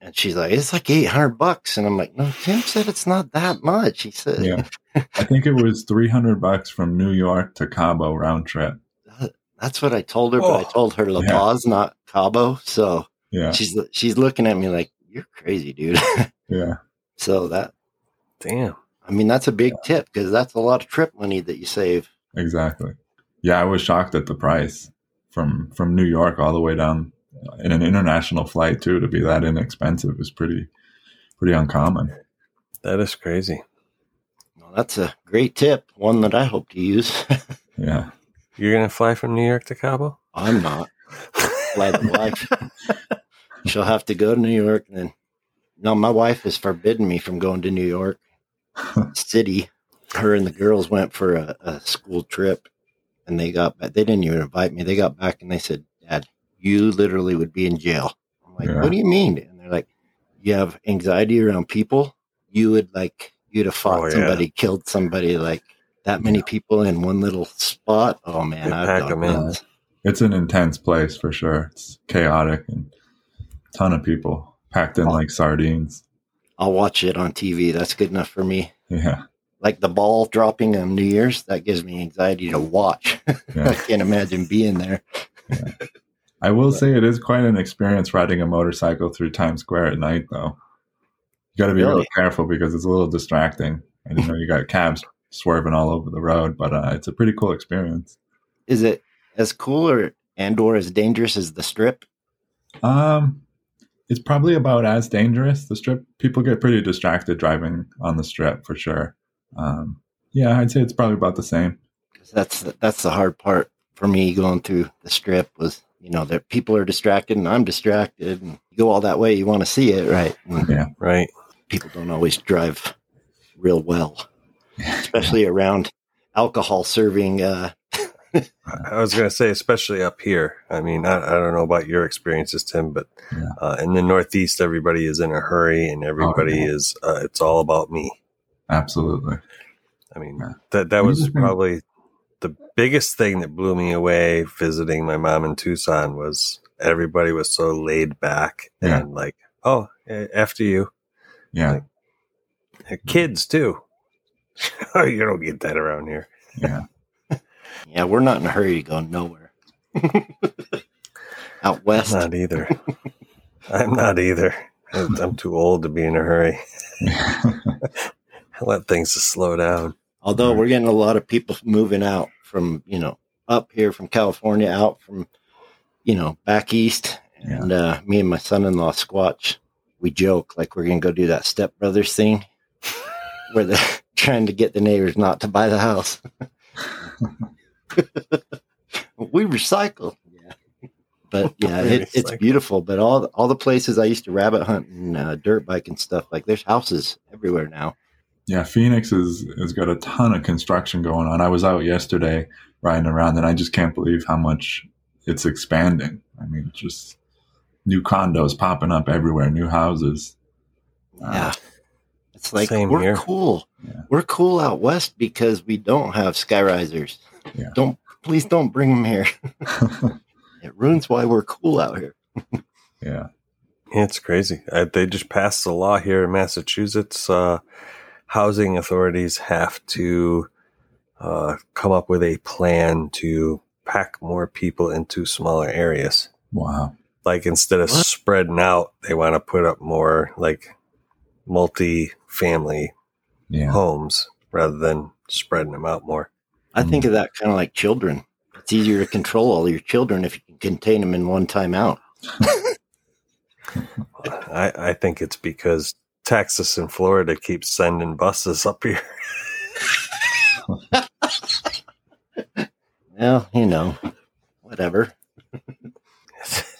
S1: and she's like, it's like eight hundred bucks, and I'm like, no, Tim said it's not that much. He said,
S3: yeah. I think it was three hundred bucks from New York to Cabo round trip.
S1: "That- that's what I told her, but I
S2: Oh.
S1: told her La
S3: Yeah.
S1: Paz, not Cabo. So
S3: Yeah,
S1: she's she's looking at me like, you're crazy, dude.
S3: yeah,
S1: so that
S2: Damn.
S1: I mean, that's a big tip because that's a lot of trip money that you save.
S3: exactly. Yeah, I was shocked at the price from from New York all the way down in an international flight too. To be that inexpensive is pretty pretty uncommon.
S2: That is crazy.
S1: Well, that's a great tip, one that I hope to use.
S3: Yeah,
S2: You're gonna fly from New York to Cabo?
S1: I'm not. Glad the wife. She'll have to go to New York and then. No, my wife has forbidden me from going to New York City. Her and the girls went for a, a school trip and they got back. They didn't even invite me. They got back and they said, Dad, you literally would be in jail. I'm like,
S3: Yeah.
S1: What do you mean? And they're like, You have anxiety around people. You would like, you'd have fought
S2: Oh, yeah.
S1: somebody, killed somebody, like that many people in one little spot. Oh, man.
S2: They
S1: I've
S2: pack
S1: done
S2: 'em in.
S1: that.
S3: it's an intense place for sure. It's chaotic and ton of people packed in like sardines.
S1: I'll watch it on TV. That's good enough for me.
S3: Yeah,
S1: Like the ball dropping on New Year's, that gives me anxiety to watch. I
S3: yeah.
S1: can't imagine being there.
S3: I will say it is quite an experience riding a motorcycle through Times Square at night, though. You got to be real
S1: Really?
S3: careful because it's a little distracting. And you know, you got cabs swerving all over the road, but uh, it's a pretty cool experience.
S1: Is it as cool or and or as dangerous as the strip?
S3: Um, it's probably about as dangerous. The strip people get pretty distracted driving on the strip for sure. Um, yeah, I'd say it's probably about the same.
S1: 'Cause That's that's the hard part for me going through the strip was you know that people are distracted and I'm distracted and you go all that way you want to see it right. And
S3: Yeah.
S2: Right.
S1: people don't always drive real well, especially around alcohol serving uh,
S2: I was going to say, especially up here. I mean, I, I don't know about your experiences, Tim, but
S3: Yeah. Oh,
S2: uh, in the Northeast, everybody is in a hurry and everybody
S3: yeah.
S2: is, uh, it's all about me.
S3: Absolutely.
S2: I mean,
S3: Yeah.
S2: that, that
S3: You
S2: was
S3: just think-
S2: probably the biggest thing that blew me away visiting my mom in Tucson was everybody was so laid back
S3: Yeah.
S2: and like, oh, eh, after you.
S3: Yeah.
S2: Eh,
S3: Mm-hmm.
S2: Kids, too. Oh, you don't get that around here.
S3: Yeah.
S1: Yeah, we're not in a hurry to go nowhere. Out
S2: I'm
S1: west,
S2: not either. I'm not either. I'm I'm too old to be in a hurry. I let things to slow down.
S1: although we're getting a lot of people moving out from you know up here from California, out from you know back east,
S3: Yeah.
S1: and uh, me and my son-in-law Squatch, we joke like we're gonna go do that stepbrothers thing, where they're trying to get the neighbors not to buy the house. we recycle, yeah. But yeah,
S2: We
S1: it, it's
S2: recycle.
S1: beautiful. But all the- all the places I used to rabbit hunt and uh, dirt bike and stuff like there's houses everywhere now.
S3: Yeah, Phoenix is has got a ton of construction going on. I was out yesterday riding around, and I just can't believe how much it's expanding. I mean, just new condos popping up everywhere, new houses.
S1: Yeah. Uh, It's like Same we're here. cool. Yeah. We're cool out west because we don't have sky risers. Yeah. Don't please don't bring them here. it ruins why we're cool out here.
S3: yeah.
S2: It's crazy. I, they just passed a law here in Massachusetts. Uh, housing authorities have to uh, come up with a plan to pack more people into smaller areas.
S3: Wow.
S2: Like instead of what? spreading out, they want to put up more like multi family yeah. homes rather than spreading them out more.
S1: I think of that kind of like children. It's easier to control all your children if you can contain them in one time out.
S2: I, I think it's because Texas and Florida keep sending buses up here.
S1: well, you know, whatever.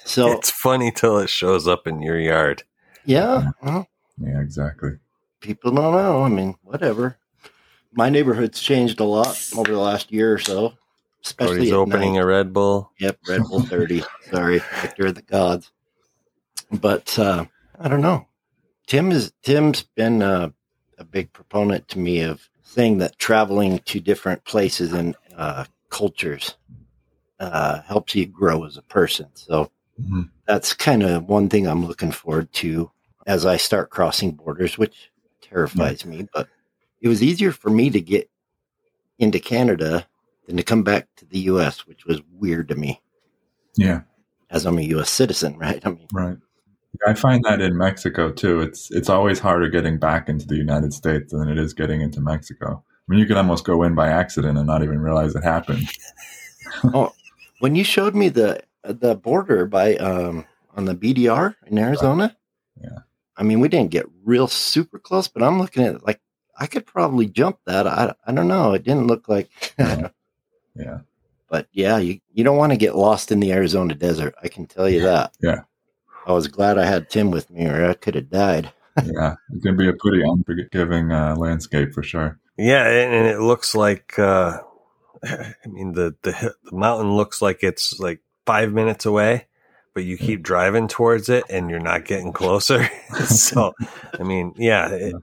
S2: so it's funny till it shows up in your yard.
S1: Yeah. Well,
S3: yeah, exactly.
S1: People don't know. I mean, whatever. My neighborhood's changed a lot over the last year or so. Especially Cody's
S2: Oh, opening night. a Red Bull.
S1: Yep, Red Bull 30. Sorry, Victor of the Gods. But uh, I don't know. Tim is Tim's been uh, a big proponent to me of saying that traveling to different places and uh, cultures uh, helps you grow as a person. So mm-hmm. that's kind of one thing I'm looking forward to as I start crossing borders, which terrifies mm-hmm. me. But it was easier for me to get into Canada than to come back to the U.S., which was weird to me.
S3: Yeah,
S1: as I'm a U.S. citizen, right? I mean,
S3: right. I find that in Mexico too. It's it's always harder getting back into the United States than it is getting into Mexico. I mean, you can almost go in by accident and not even realize it happened.
S1: oh, when you showed me the the border by um, on the BDR in Arizona,
S3: right. yeah,
S1: I mean, we didn't get real super close, but I'm looking at like I could probably jump that. I, I don't know. It didn't look like.
S3: yeah. yeah.
S1: But yeah, you, you don't want to get lost in the Arizona desert. I can tell you
S3: yeah.
S1: that.
S3: Yeah.
S1: I was glad I had Tim with me, or I could have died.
S3: yeah, it can be a pretty unforgiving uh, landscape for sure.
S2: Yeah, and it looks like uh, I mean the, the the mountain looks like it's like five minutes away, but you keep driving towards it and you're not getting closer. so, I mean, yeah, it,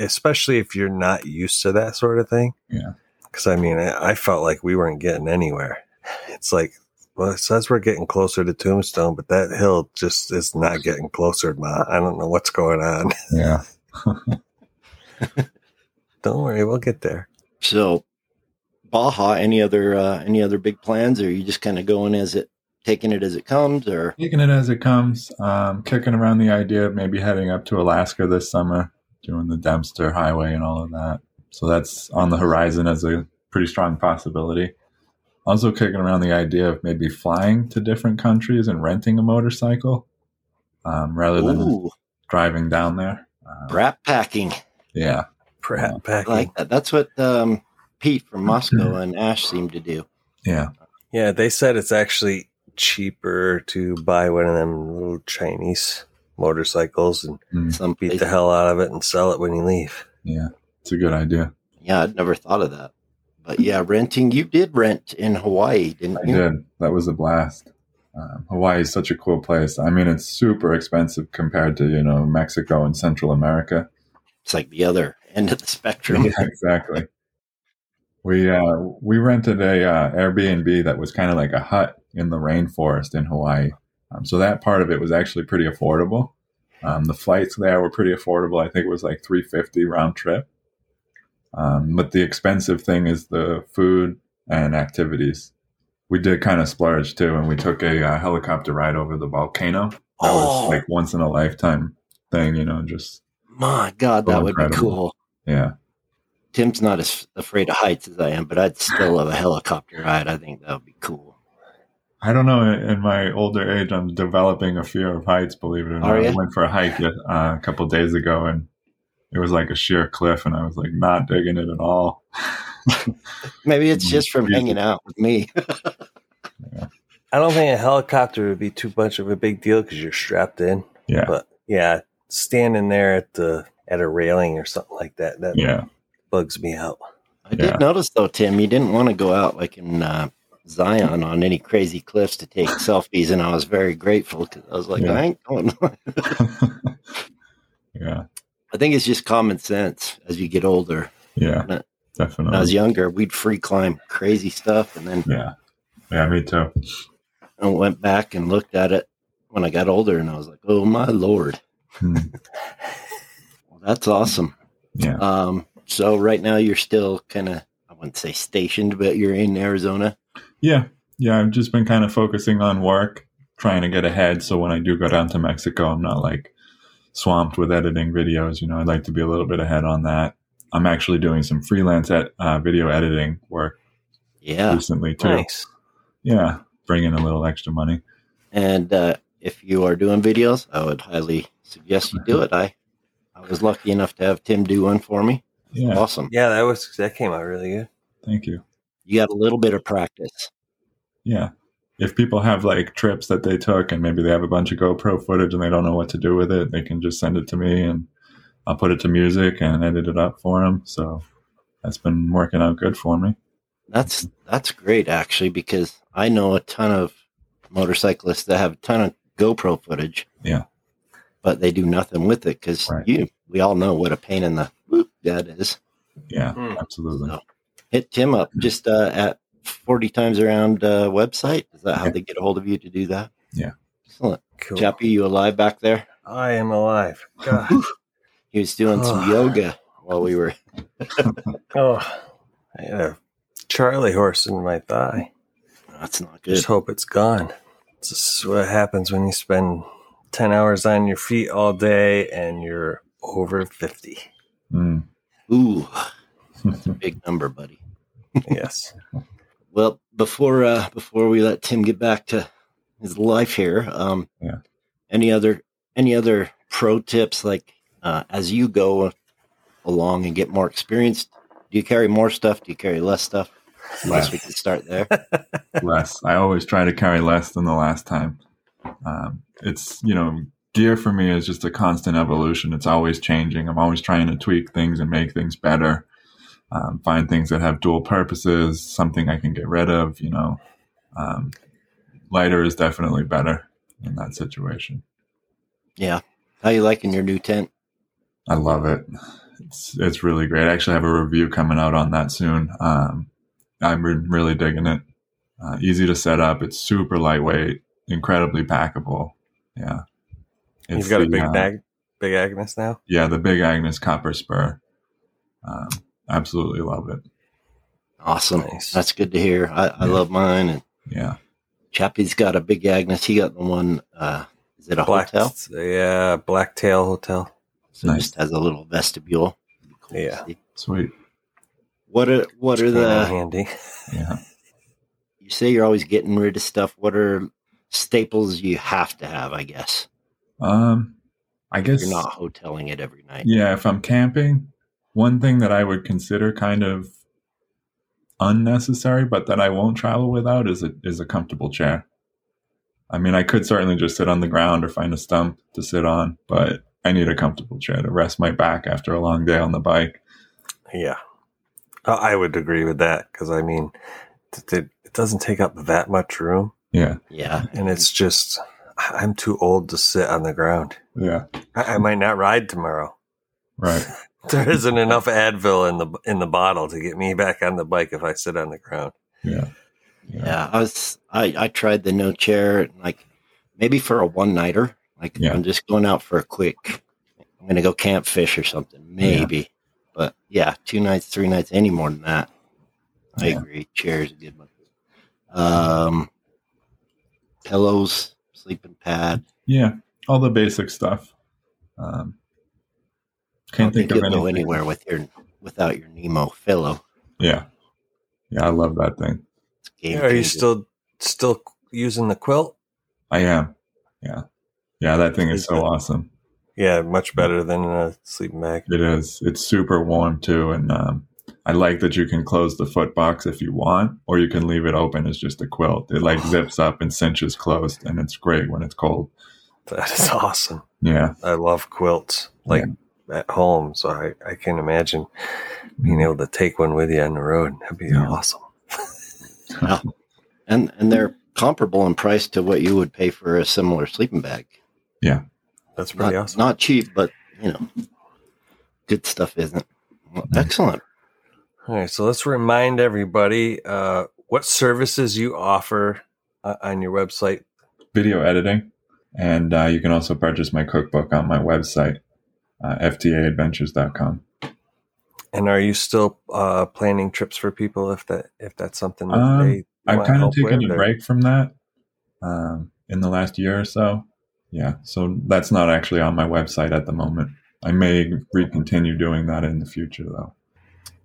S2: especially if you're not used to that sort of thing.
S3: Yeah.
S2: Because I mean, I, I, felt like we weren't getting anywhere. It's like, well, it says we're getting closer to Tombstone, but that hill just is not getting closer. Ma. I don't know what's going on.
S3: Yeah.
S2: don't worry, we'll get there.
S1: So, Baja, any other uh, any other big plans, or are you just kind of going as it taking it as it comes or
S3: taking it as it comes um, kicking around the idea of maybe heading up to alaska this summer doing the dempster highway and all of that so that's on the horizon as a pretty strong possibility also kicking around the idea of maybe flying to different countries and renting a motorcycle um, rather than Ooh. driving down there
S1: um, brat packing
S3: yeah
S2: brat packing
S1: I like that that's what um, pete from moscow and ash seem to do
S3: yeah
S2: yeah they said it's actually cheaper to buy one of them little Chinese motorcycles and mm. beat the hell out of it and sell it when you leave.
S3: Yeah, it's a good idea.
S1: Yeah, I'd never thought of that. But yeah, renting, you did rent in Hawaii, didn't
S3: I
S1: you?
S3: did. That was a blast. Um, Hawaii is such a cool place. I mean, it's super expensive compared to, you know, Mexico and Central America.
S1: It's like the other end of the spectrum.
S3: Yeah, exactly. we uh, we rented a uh, Airbnb that was kind of like a hut in the rainforest in Hawaii. Um, so that part of it was actually pretty affordable. Um, the flights there were pretty affordable. I think it was like 350 round trip. Um, but the expensive thing is the food and activities. We did kind of splurge too, and we took a uh, helicopter ride over the volcano. That oh. was like once in a lifetime thing, you know, just.
S1: My God, so that incredible. would be cool.
S3: Yeah.
S1: Tim's not as afraid of heights as I am, but I'd still love a helicopter ride. I think that would be cool.
S3: I don't know. In my older age, I'm developing a fear of heights. Believe it or not, I went for a hike uh, a couple days ago, and it was like a sheer cliff, and I was like not digging it at all.
S1: Maybe
S3: Mm-hmm.
S1: it's just from hanging out with me.
S2: yeah. I don't think a helicopter would be too much of a big deal because you're strapped in.
S3: Yeah,
S2: but yeah, standing there at the at a railing or something like that that
S3: yeah.
S2: bugs me out.
S1: I yeah. did notice though, Tim, you didn't want to go out like in. Uh, Zion on any crazy cliffs to take selfies, and I was very grateful because I was like,
S3: Yeah.
S1: I ain't going.
S3: yeah,
S1: I think it's just common sense as you get older.
S3: yeah,
S1: No. When I was
S3: definitely.
S1: younger, we'd free climb crazy stuff, and then
S3: Yeah, yeah, me too.
S1: I went back and looked at it when I got older, and I was like, oh my lord,
S3: Hmm.
S1: well, that's awesome.
S3: Yeah,
S1: Um, so right now you're still kind of, I wouldn't say stationed, but you're in Arizona.
S3: yeah, yeah. I've just been kind of focusing on work, trying to get ahead. So when I do go down to Mexico, I'm not like swamped with editing videos. You know, I'd like to be a little bit ahead on that. I'm actually doing some freelance at, uh, video editing work
S1: Yeah.
S3: recently too.
S2: Nice.
S3: Yeah, bring in a little extra money.
S1: And uh, if you are doing videos, I would highly suggest you do it. I, I was lucky enough to have Tim do one for me.
S3: Yeah,
S1: Awesome.
S2: Yeah, that was that came out really good.
S3: thank you.
S1: You got a little bit of practice.
S3: Yeah. If people have like trips that they took and maybe they have a bunch of GoPro footage and they don't know what to do with it, they can just send it to me and I'll put it to music and edit it up for them. So that's been working out good for me.
S1: That's that's great actually because I know a ton of motorcyclists that have a ton of GoPro footage.
S3: Yeah.
S1: But they do nothing with it because
S3: Right.
S1: you we all know what a pain in the whoop that is.
S3: Yeah,
S2: Hmm.
S3: absolutely.
S1: Hit Tim
S3: Mm-hmm.
S1: up just uh, at forty times around uh, website. Is that how
S3: Yeah.
S1: they get a hold of you to do that?
S3: Yeah.
S1: Excellent.
S2: Cool.
S1: Chappie, you alive back there?
S2: I am alive. God.
S1: He was doing some
S2: Oh.
S1: yoga while we were
S2: oh, I had a Charlie horse in my thigh.
S1: that's not good.
S2: Just hope it's gone. This is what happens when you spend 10 hours on your feet all day and you're over 50.
S3: Mm.
S1: Ooh.
S3: Hmm.
S1: That's a big number, buddy.
S2: Yes.
S1: Well, before uh, before we let Tim get back to his life here, um,
S3: Yeah.
S1: any other any other pro tips like uh, as you go along and get more experienced? Do you carry more stuff? Do you carry less stuff? I guess
S3: less,
S1: we could start there.
S3: less. I always try to carry less than the last time. Um, it's, you know, gear for me is just a constant evolution. It's always changing. I'm always trying to tweak things and make things better. Um, find things that have dual purposes, something I can get rid of, you know. Um, lighter is definitely better in that situation.
S1: yeah. How you liking your new tent?
S3: I love it. It's, it's really great. I actually have a review coming out on that soon. Um, I'm re- really digging it. Uh, easy to set up. It's super lightweight, incredibly packable. Yeah. It's
S2: You've got a
S3: the,
S2: big
S3: uh,
S2: bag, big Agnes now?
S3: Yeah, the Big Agnes Copper Spur. Um, absolutely love it.
S1: Awesome.
S2: Nice.
S1: That's good to hear. I, I
S3: Yeah.
S1: love mine. And
S3: Yeah.
S1: Chappie's got a big Agnes. He got the one. Uh, is it a
S2: Black,
S1: hotel?
S2: Yeah, Blacktail Hotel.
S1: So it
S3: Nice.
S1: just has a little vestibule. Cool to
S2: Yeah.
S1: see.
S3: Sweet.
S1: What are what are
S2: Came
S1: the
S2: in handy.
S3: Yeah.
S1: you say you're always getting rid of stuff. What are staples you have to have? I guess
S3: Um, I guess
S1: you're not hoteling it every night.
S3: Yeah, if I'm camping, one thing that I would consider kind of unnecessary, but that I won't travel without, is a is a comfortable chair. I mean, I could certainly just sit on the ground or find a stump to sit on, but I need a comfortable chair to rest my back after a long day on the bike.
S2: Yeah. Uh, I would agree with that because, I mean, t- t- it doesn't take up that much room.
S3: Yeah,
S1: Yeah,
S2: And it's just, I- I'm too old to sit on the ground.
S3: yeah,
S2: I, I might not ride tomorrow.
S3: right.
S2: There isn't enough Advil in the in the bottle to get me back on the bike if I sit on the ground.
S3: Yeah,
S1: yeah. I was I I tried the no chair and like maybe for a one nighter. Like
S3: Yeah.
S1: I'm just going out for a quick. I'm gonna go camp fish or
S3: Oh,
S1: something maybe, but yeah, two nights, three nights, any more than that. I
S3: Yeah.
S1: agree. Chair is a good one. Um, pillows, sleeping pad.
S3: yeah. All the basic stuff. Um,
S1: I
S3: can't
S1: don't
S3: think,
S1: think
S3: of
S1: you'll go
S3: anything.
S1: anywhere with your without your Nemo pillow.
S3: Yeah, yeah. I love that thing.
S1: game
S2: Are you
S1: changer.
S2: still still using the quilt?
S3: I am. Yeah, yeah. That thing is
S2: Is
S3: so
S2: it-
S3: awesome.
S2: Yeah, much better than a sleeping bag.
S3: It is. It's super warm too, and um, I like that you can close the foot box if you want, or you can leave it open as just a quilt. It like zips up and cinches closed, and it's great when it's cold.
S2: That is awesome.
S3: Yeah,
S2: I love quilts like at home, so I, I can imagine being able to take one with you on the road. That'd be
S3: Yeah.
S2: awesome.
S1: and and they're comparable in price to what you would pay for a similar sleeping bag.
S3: Yeah,
S2: That's pretty
S1: Not,
S2: awesome.
S1: not cheap, but you know, good stuff isn't. Well, excellent.
S2: All right, so let's remind everybody uh, what services you offer uh, on your website.
S3: video editing, and uh, you can also purchase my cookbook on my website, uh, ftaadventures.com.
S2: And are you still uh, planning trips for people if that if that's something that
S3: Um,
S2: they
S3: I've
S2: want
S3: kind
S2: help
S3: of taken
S2: with,
S3: a
S2: or-
S3: break from that um, in the last year or so. Yeah, so that's not actually on my website at the moment. I may re-continue doing that in the future, though.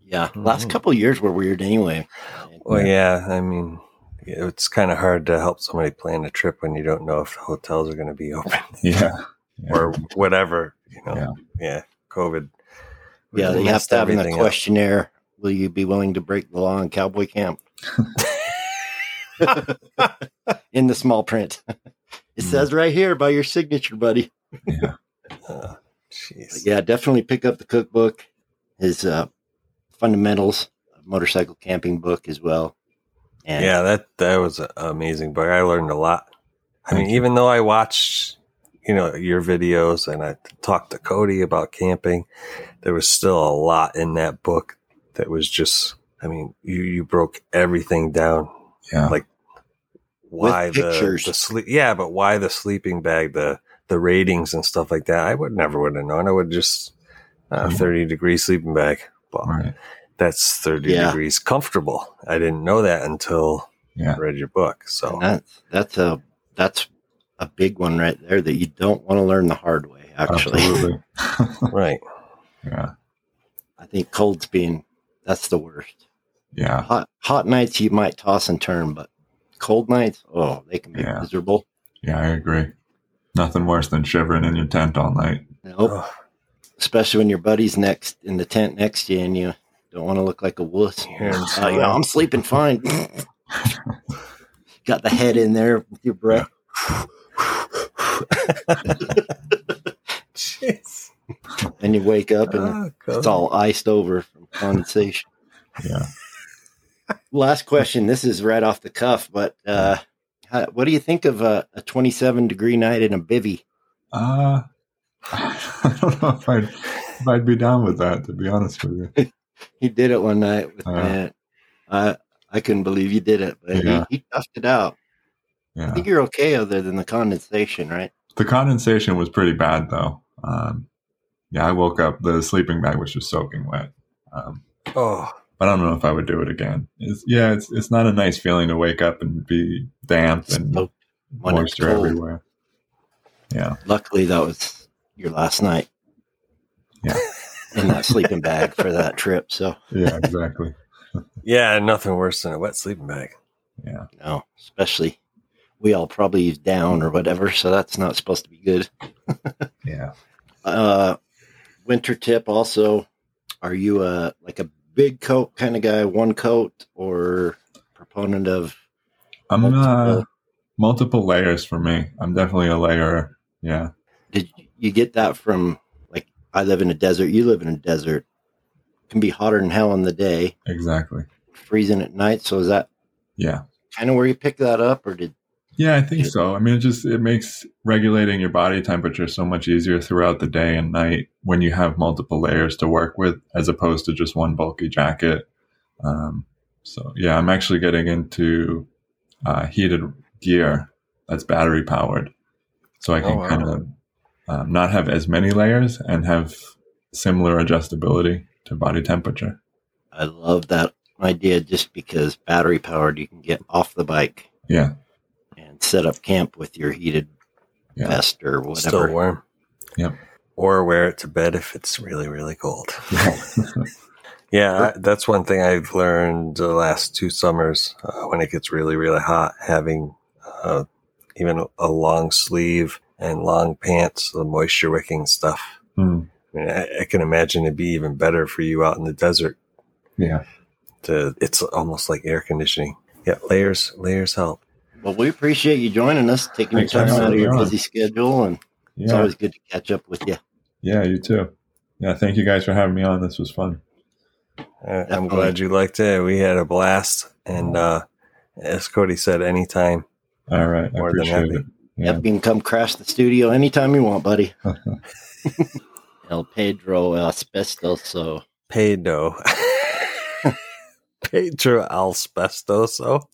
S1: Yeah,
S2: Mm-hmm.
S1: last couple of years were weird anyway.
S2: Well, yeah, I mean, it's kind of hard to help somebody plan a trip when you don't know if hotels are going to be open
S3: Yeah, yeah.
S2: or whatever. You know,
S3: Yeah.
S2: yeah, COVID.
S1: Yeah, you have
S2: messed
S1: to have in the
S2: everything up.
S1: questionnaire. Will you be willing to break the law in cowboy camp? in the small print, it
S3: Mm.
S1: says right here by your signature, buddy.
S2: Uh, Jeez.
S1: But yeah, definitely pick up the cookbook, his uh, fundamentals of motorcycle camping book as well. And
S2: yeah, that that was a- amazing book. I learned a lot. I
S3: Thank
S2: mean, even though I watched, you know, your videos and I talked to Cody about camping, there was still a lot in that book that was just. I mean, you you broke everything down.
S3: yeah,
S2: Like, Why the,
S1: pictures.
S2: the sleep? Yeah, but why the sleeping bag? The the ratings and stuff like that. I would never would have known. I would just uh,
S3: Mhm.
S2: thirty degree sleeping bag. Well,
S3: right,
S2: that's thirty
S1: Yeah.
S2: degrees comfortable. I didn't know that until
S3: yeah.
S2: I read your book. So
S1: and that, that's a that's a big one right there that you don't want to learn the hard way. Actually,
S3: Absolutely.
S2: Right.
S3: yeah.
S1: I think cold's being that's the worst.
S3: Yeah.
S1: Hot hot nights you might toss and turn, but cold nights, oh, they can be
S3: Yeah.
S1: miserable.
S3: Yeah. I agree. Nothing worse than shivering in your tent all night.
S1: Nope.
S2: Ugh.
S1: Especially when your buddy's next in the tent next to you and you don't want to look like a wuss.
S2: Yeah, I'm
S1: Oh, yeah, I'm sleeping fine. Got the head in there with your breath.
S2: Jeez.
S1: And you wake up and
S2: Oh, God.
S1: it's all iced over from condensation.
S3: Yeah.
S1: Last question. This is right off the cuff, but uh, how, what do you think of a, a 27 degree night in a bivy?
S3: Uh, I don't know if I'd, if I'd be down with that, to be honest with you.
S1: He did it one night with
S3: Uh.
S1: Matt. I I couldn't believe you did it, but
S3: Yeah.
S1: he, he toughed it out. I
S3: Yeah.
S1: think you're okay other than the condensation, right?
S3: The condensation was pretty bad, though. Um, yeah, I woke up, the sleeping bag was just soaking wet. Um,
S2: Oh,
S3: but I don't know if I would do it again. It's, yeah, it's, it's not a nice feeling to wake up and be damp and
S1: So when it's
S3: moisture
S1: cold.
S3: everywhere. Yeah.
S1: luckily that was your last night.
S3: Yeah.
S1: In that sleeping bag for that trip. So
S3: Yeah, exactly.
S2: yeah. Nothing worse than a wet sleeping bag.
S3: yeah.
S1: no, especially we all probably used down or whatever, so that's not supposed to be good.
S3: Yeah.
S1: Uh winter tip also, are you a like a big coat kind of guy, one coat or proponent of
S3: I'm uh,
S1: Multiple.
S3: multiple layers for me. I'm definitely a layerer. Yeah.
S1: did you get that from like I live in a desert, you live in a desert. can be hotter than hell in the day,
S3: Exactly.
S1: freezing at night. So is that
S3: Yeah.
S1: kind of where you picked that up or did
S3: Yeah, I think
S1: Yeah.
S3: so. I mean, it just it makes regulating your body temperature so much easier throughout the day and night when you have multiple layers to work with, as opposed to just one bulky jacket. Um, so yeah, I'm actually getting into uh, heated gear that's battery powered, so I can
S2: Oh, wow.
S3: kind of um, not have as many layers and have similar adjustability to body temperature.
S1: I love that idea just because battery powered, you can get off the bike
S3: Yeah,
S1: and set up camp with your heated
S3: Yeah.
S1: vest or
S2: Still
S1: whatever.
S2: warm.
S3: Yep.
S2: Or wear it to bed if it's really, really cold. Yeah, I, that's one thing I've learned the last two summers uh, when it gets really, really hot, having uh, even a long sleeve and long pants, the moisture wicking stuff.
S3: Mm,
S2: I, mean, I, I can imagine it'd be even better for you out in the desert.
S3: yeah,
S2: To, it's almost like air conditioning. Yeah, layers, layers help.
S1: Well, we appreciate you joining us, taking your
S3: Thanks for
S1: time out of
S3: having
S1: your
S3: me on.
S1: busy schedule, and it's
S3: yeah,
S1: always good to catch up with you.
S3: yeah. You too. Yeah, thank you guys for having me on. This was fun.
S2: Uh, I'm
S1: Definitely.
S2: glad you liked it. We had a blast, and uh, as Cody said, anytime.
S3: All right. I
S2: More than
S3: appreciate
S2: happy.
S3: it.
S1: Yep, you can come crash the studio anytime you want, buddy. El Pedro Asbestoso.
S2: Pedro. Pedro Alspestoso.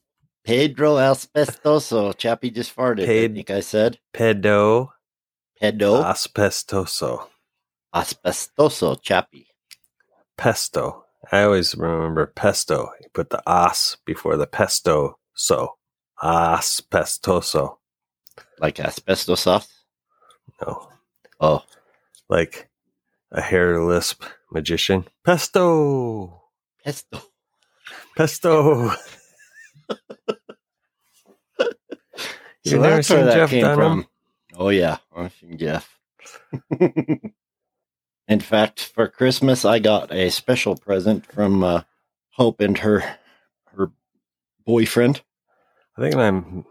S1: Pedro Asbestoso. Chappie just farted. I
S2: Ped-
S1: think I said
S2: Pedo
S1: Pedro
S2: Aspestoso.
S1: Asbestoso. Chappie.
S2: Pesto. I always remember pesto. You put the as before the pesto. So aspestoso.
S1: Like asbestos sauce.
S2: No,
S1: Oh,
S2: like a hair lisp magician. Pesto.
S1: pesto.
S2: Pesto.
S1: So
S2: You've never
S1: that's where
S2: seen
S1: that
S2: Jeff
S1: came
S2: Dunham?
S1: from. Oh yeah, I've seen Jeff. In fact, for Christmas, I got a special present from uh, Hope and her her boyfriend.
S2: I think I'm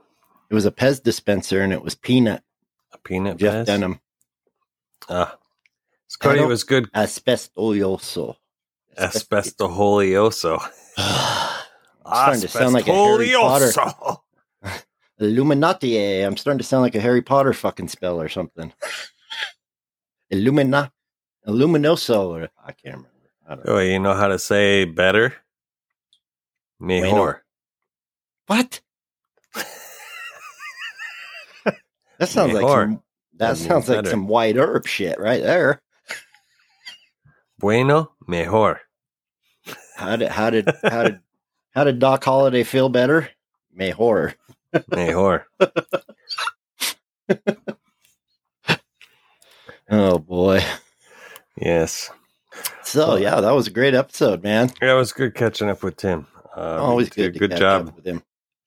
S1: It was a Pez dispenser, and it was peanut.
S2: a peanut.
S1: Jeff
S2: Pez.
S1: Dunham,
S2: Ah. So
S1: I
S2: Cody
S1: don't-
S2: was good.
S1: asbestoso.
S2: Asbestoholioso.
S1: starting to sound like a Harry Potter.
S2: Asbestoholioso.
S1: Illuminati. eh? I'm starting to sound like a Harry Potter fucking spell or something. Illumina, Illuminoso. Or, I can't remember. I don't know.
S2: Oh, you know how to say better? Mejor.
S1: What? that sounds like
S2: Mejor.
S1: some,
S2: That
S1: that
S2: means
S1: sounds like
S2: better.
S1: some white herb shit right there.
S2: Bueno, mejor.
S1: How did how did how did how did Doc Holliday feel better? Mejor.
S2: Mejor.
S1: Oh boy.
S2: yes.
S1: So yeah, that was a great episode, man.
S2: Yeah, it was good catching up with Tim. Uh,
S1: Always
S2: you
S1: good.
S2: did
S1: To
S2: a good
S1: catch
S2: job
S1: up with him.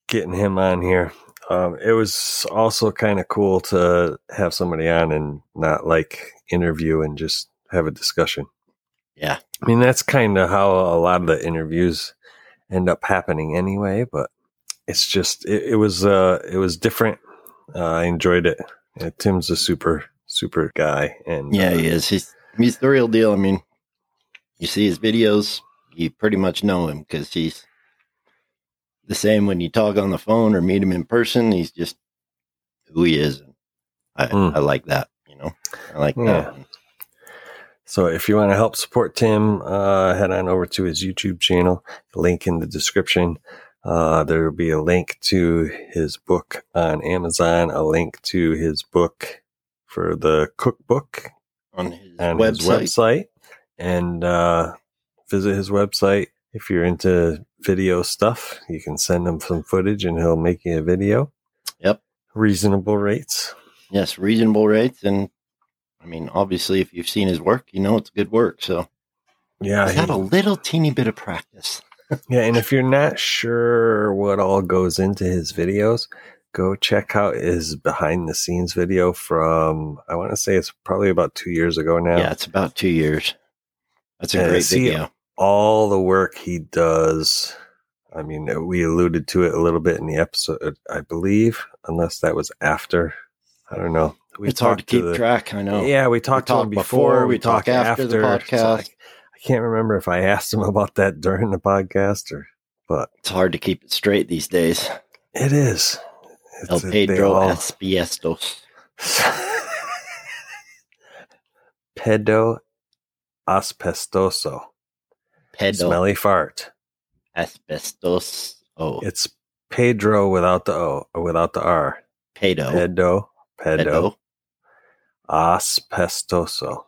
S2: getting him on here. Um, it was also kind of cool to have somebody on and not like interview and just have a discussion.
S1: Yeah.
S2: I mean, that's kind of how a lot of the interviews end up happening anyway, but it's just, it, it was, uh, it was different. Uh, I enjoyed it. Yeah, Tim's a super, super guy. And
S1: Yeah,
S2: uh,
S1: he is. He's he's the real deal. I mean, you see his videos, you pretty much know him because he's the same when you talk on the phone or meet him in person. He's just who he is. I
S2: Mm.
S1: I like that. You know, I like
S2: Yeah.
S1: that.
S2: So if you want to help support Tim, uh, head on over to his YouTube channel, link in the description. Uh, there will be a link to his book on Amazon, a link to his book for the cookbook
S1: on his
S2: on
S1: website.
S2: his website, and uh, visit his website. If you're into video stuff, you can send him some footage and he'll make you a video.
S1: Yep.
S2: Reasonable rates.
S1: Yes, reasonable rates, and I mean, obviously, if you've seen his work, you know it's good work. So
S2: Yeah.
S1: he's
S2: he-
S1: had a little teeny bit of practice.
S2: Yeah, and if you're not sure what all goes into his videos, go check out his behind the scenes video from I want to say it's probably about 2 years ago now.
S1: Yeah, it's about two years. That's a
S2: Yeah,
S1: great
S2: see,
S1: video.
S2: All the work he does. I mean, we alluded to it a little bit in the episode, I believe, unless that was after. I don't know. We
S1: It's hard to
S2: talked
S1: keep
S2: the-
S1: track. I know.
S2: Yeah, we talked to
S1: talk
S2: him
S1: before,
S2: before,
S1: we talk after the
S2: So I-
S1: podcast.
S2: I can't remember if I asked him about that during the podcast or
S1: It's hard to keep it straight these days.
S2: It is.
S1: El
S2: It's- they
S1: Pedro
S2: all-
S1: Asbiestos.
S2: Pedo aspestoso.
S1: Pedro
S2: Smelly fart.
S1: Asbestos. Oh,
S2: It's Pedro without the O, or without the R.
S1: pedo.
S2: Pedo, pedo,
S1: Pedo.
S2: aspestoso.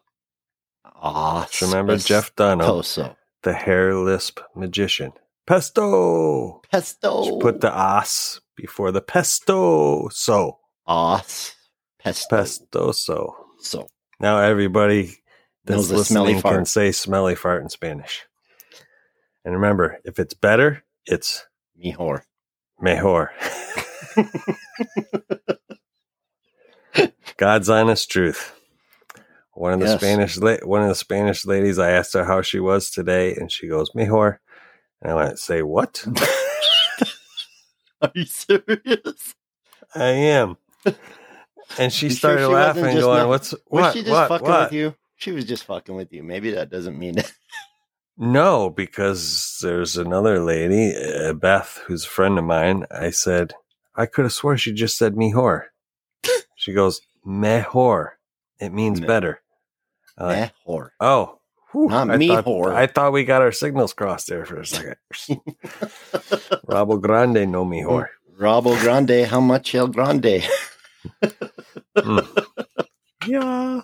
S2: Just Remember
S1: Asbestos.
S2: Jeff Dunham,
S1: Toso.
S2: the hair lisp magician. Pesto!
S1: Pesto.
S2: Just put the as before the pesto. So,
S1: Os. Pesto.
S2: pestoso.
S1: So.
S2: Now everybody
S1: Knows
S2: that's
S1: a smelly
S2: listening can
S1: fart.
S2: say smelly fart in Spanish. And remember, if it's better, it's
S1: Mejor.
S2: mejor. God's honest truth. One of the
S1: Yes.
S2: Spanish la- one of the Spanish ladies, I asked her how she was today, and she goes, Mejor. And I went, say what?
S1: Are you serious?
S2: I am. And she
S1: You sure
S2: started
S1: she wasn't
S2: laughing,
S1: just
S2: going,
S1: not-
S2: What's
S1: Was
S2: what?
S1: she just
S2: what,
S1: fucking
S2: what?
S1: with you? She was just fucking with you. Maybe that doesn't mean
S2: No, because there's another lady, uh, Beth, who's a friend of mine. I said, I could have swore she just said mejor. she goes, mejor. It means
S1: Me-
S2: better. I'm like,
S1: Eh, whore.
S2: Oh, whew,
S1: Not
S2: I thought-
S1: mejor.
S2: I thought we got our signals crossed there for a second. Rabo Grande, no mejor.
S1: Robo Grande, how much El Grande?
S2: Yeah.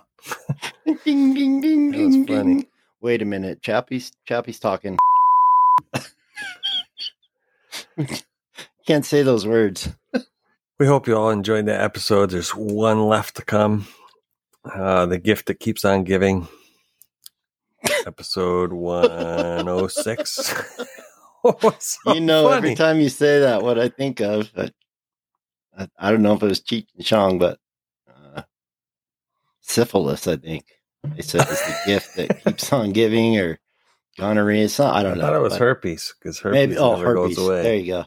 S1: ding, ding, ding,
S2: That was
S1: ding,
S2: funny.
S1: ding. Wait a minute, Chappie's Chappie's talking. Can't say those words.
S2: We hope you all enjoyed the episode. There's one left to come. Uh, the gift that keeps on giving. Episode 106. What's Oh, so
S1: you know, every
S2: funny?
S1: time you say that, what I think of. But I, I don't know if it was Cheech and Chong, but uh, syphilis. I think they said is the gift that keeps on giving, or gonorrhea. So I
S2: I
S1: don't know.
S2: thought it was
S1: but
S2: herpes because herpes
S1: Maybe oh
S2: never
S1: herpes.
S2: goes away.
S1: There you go.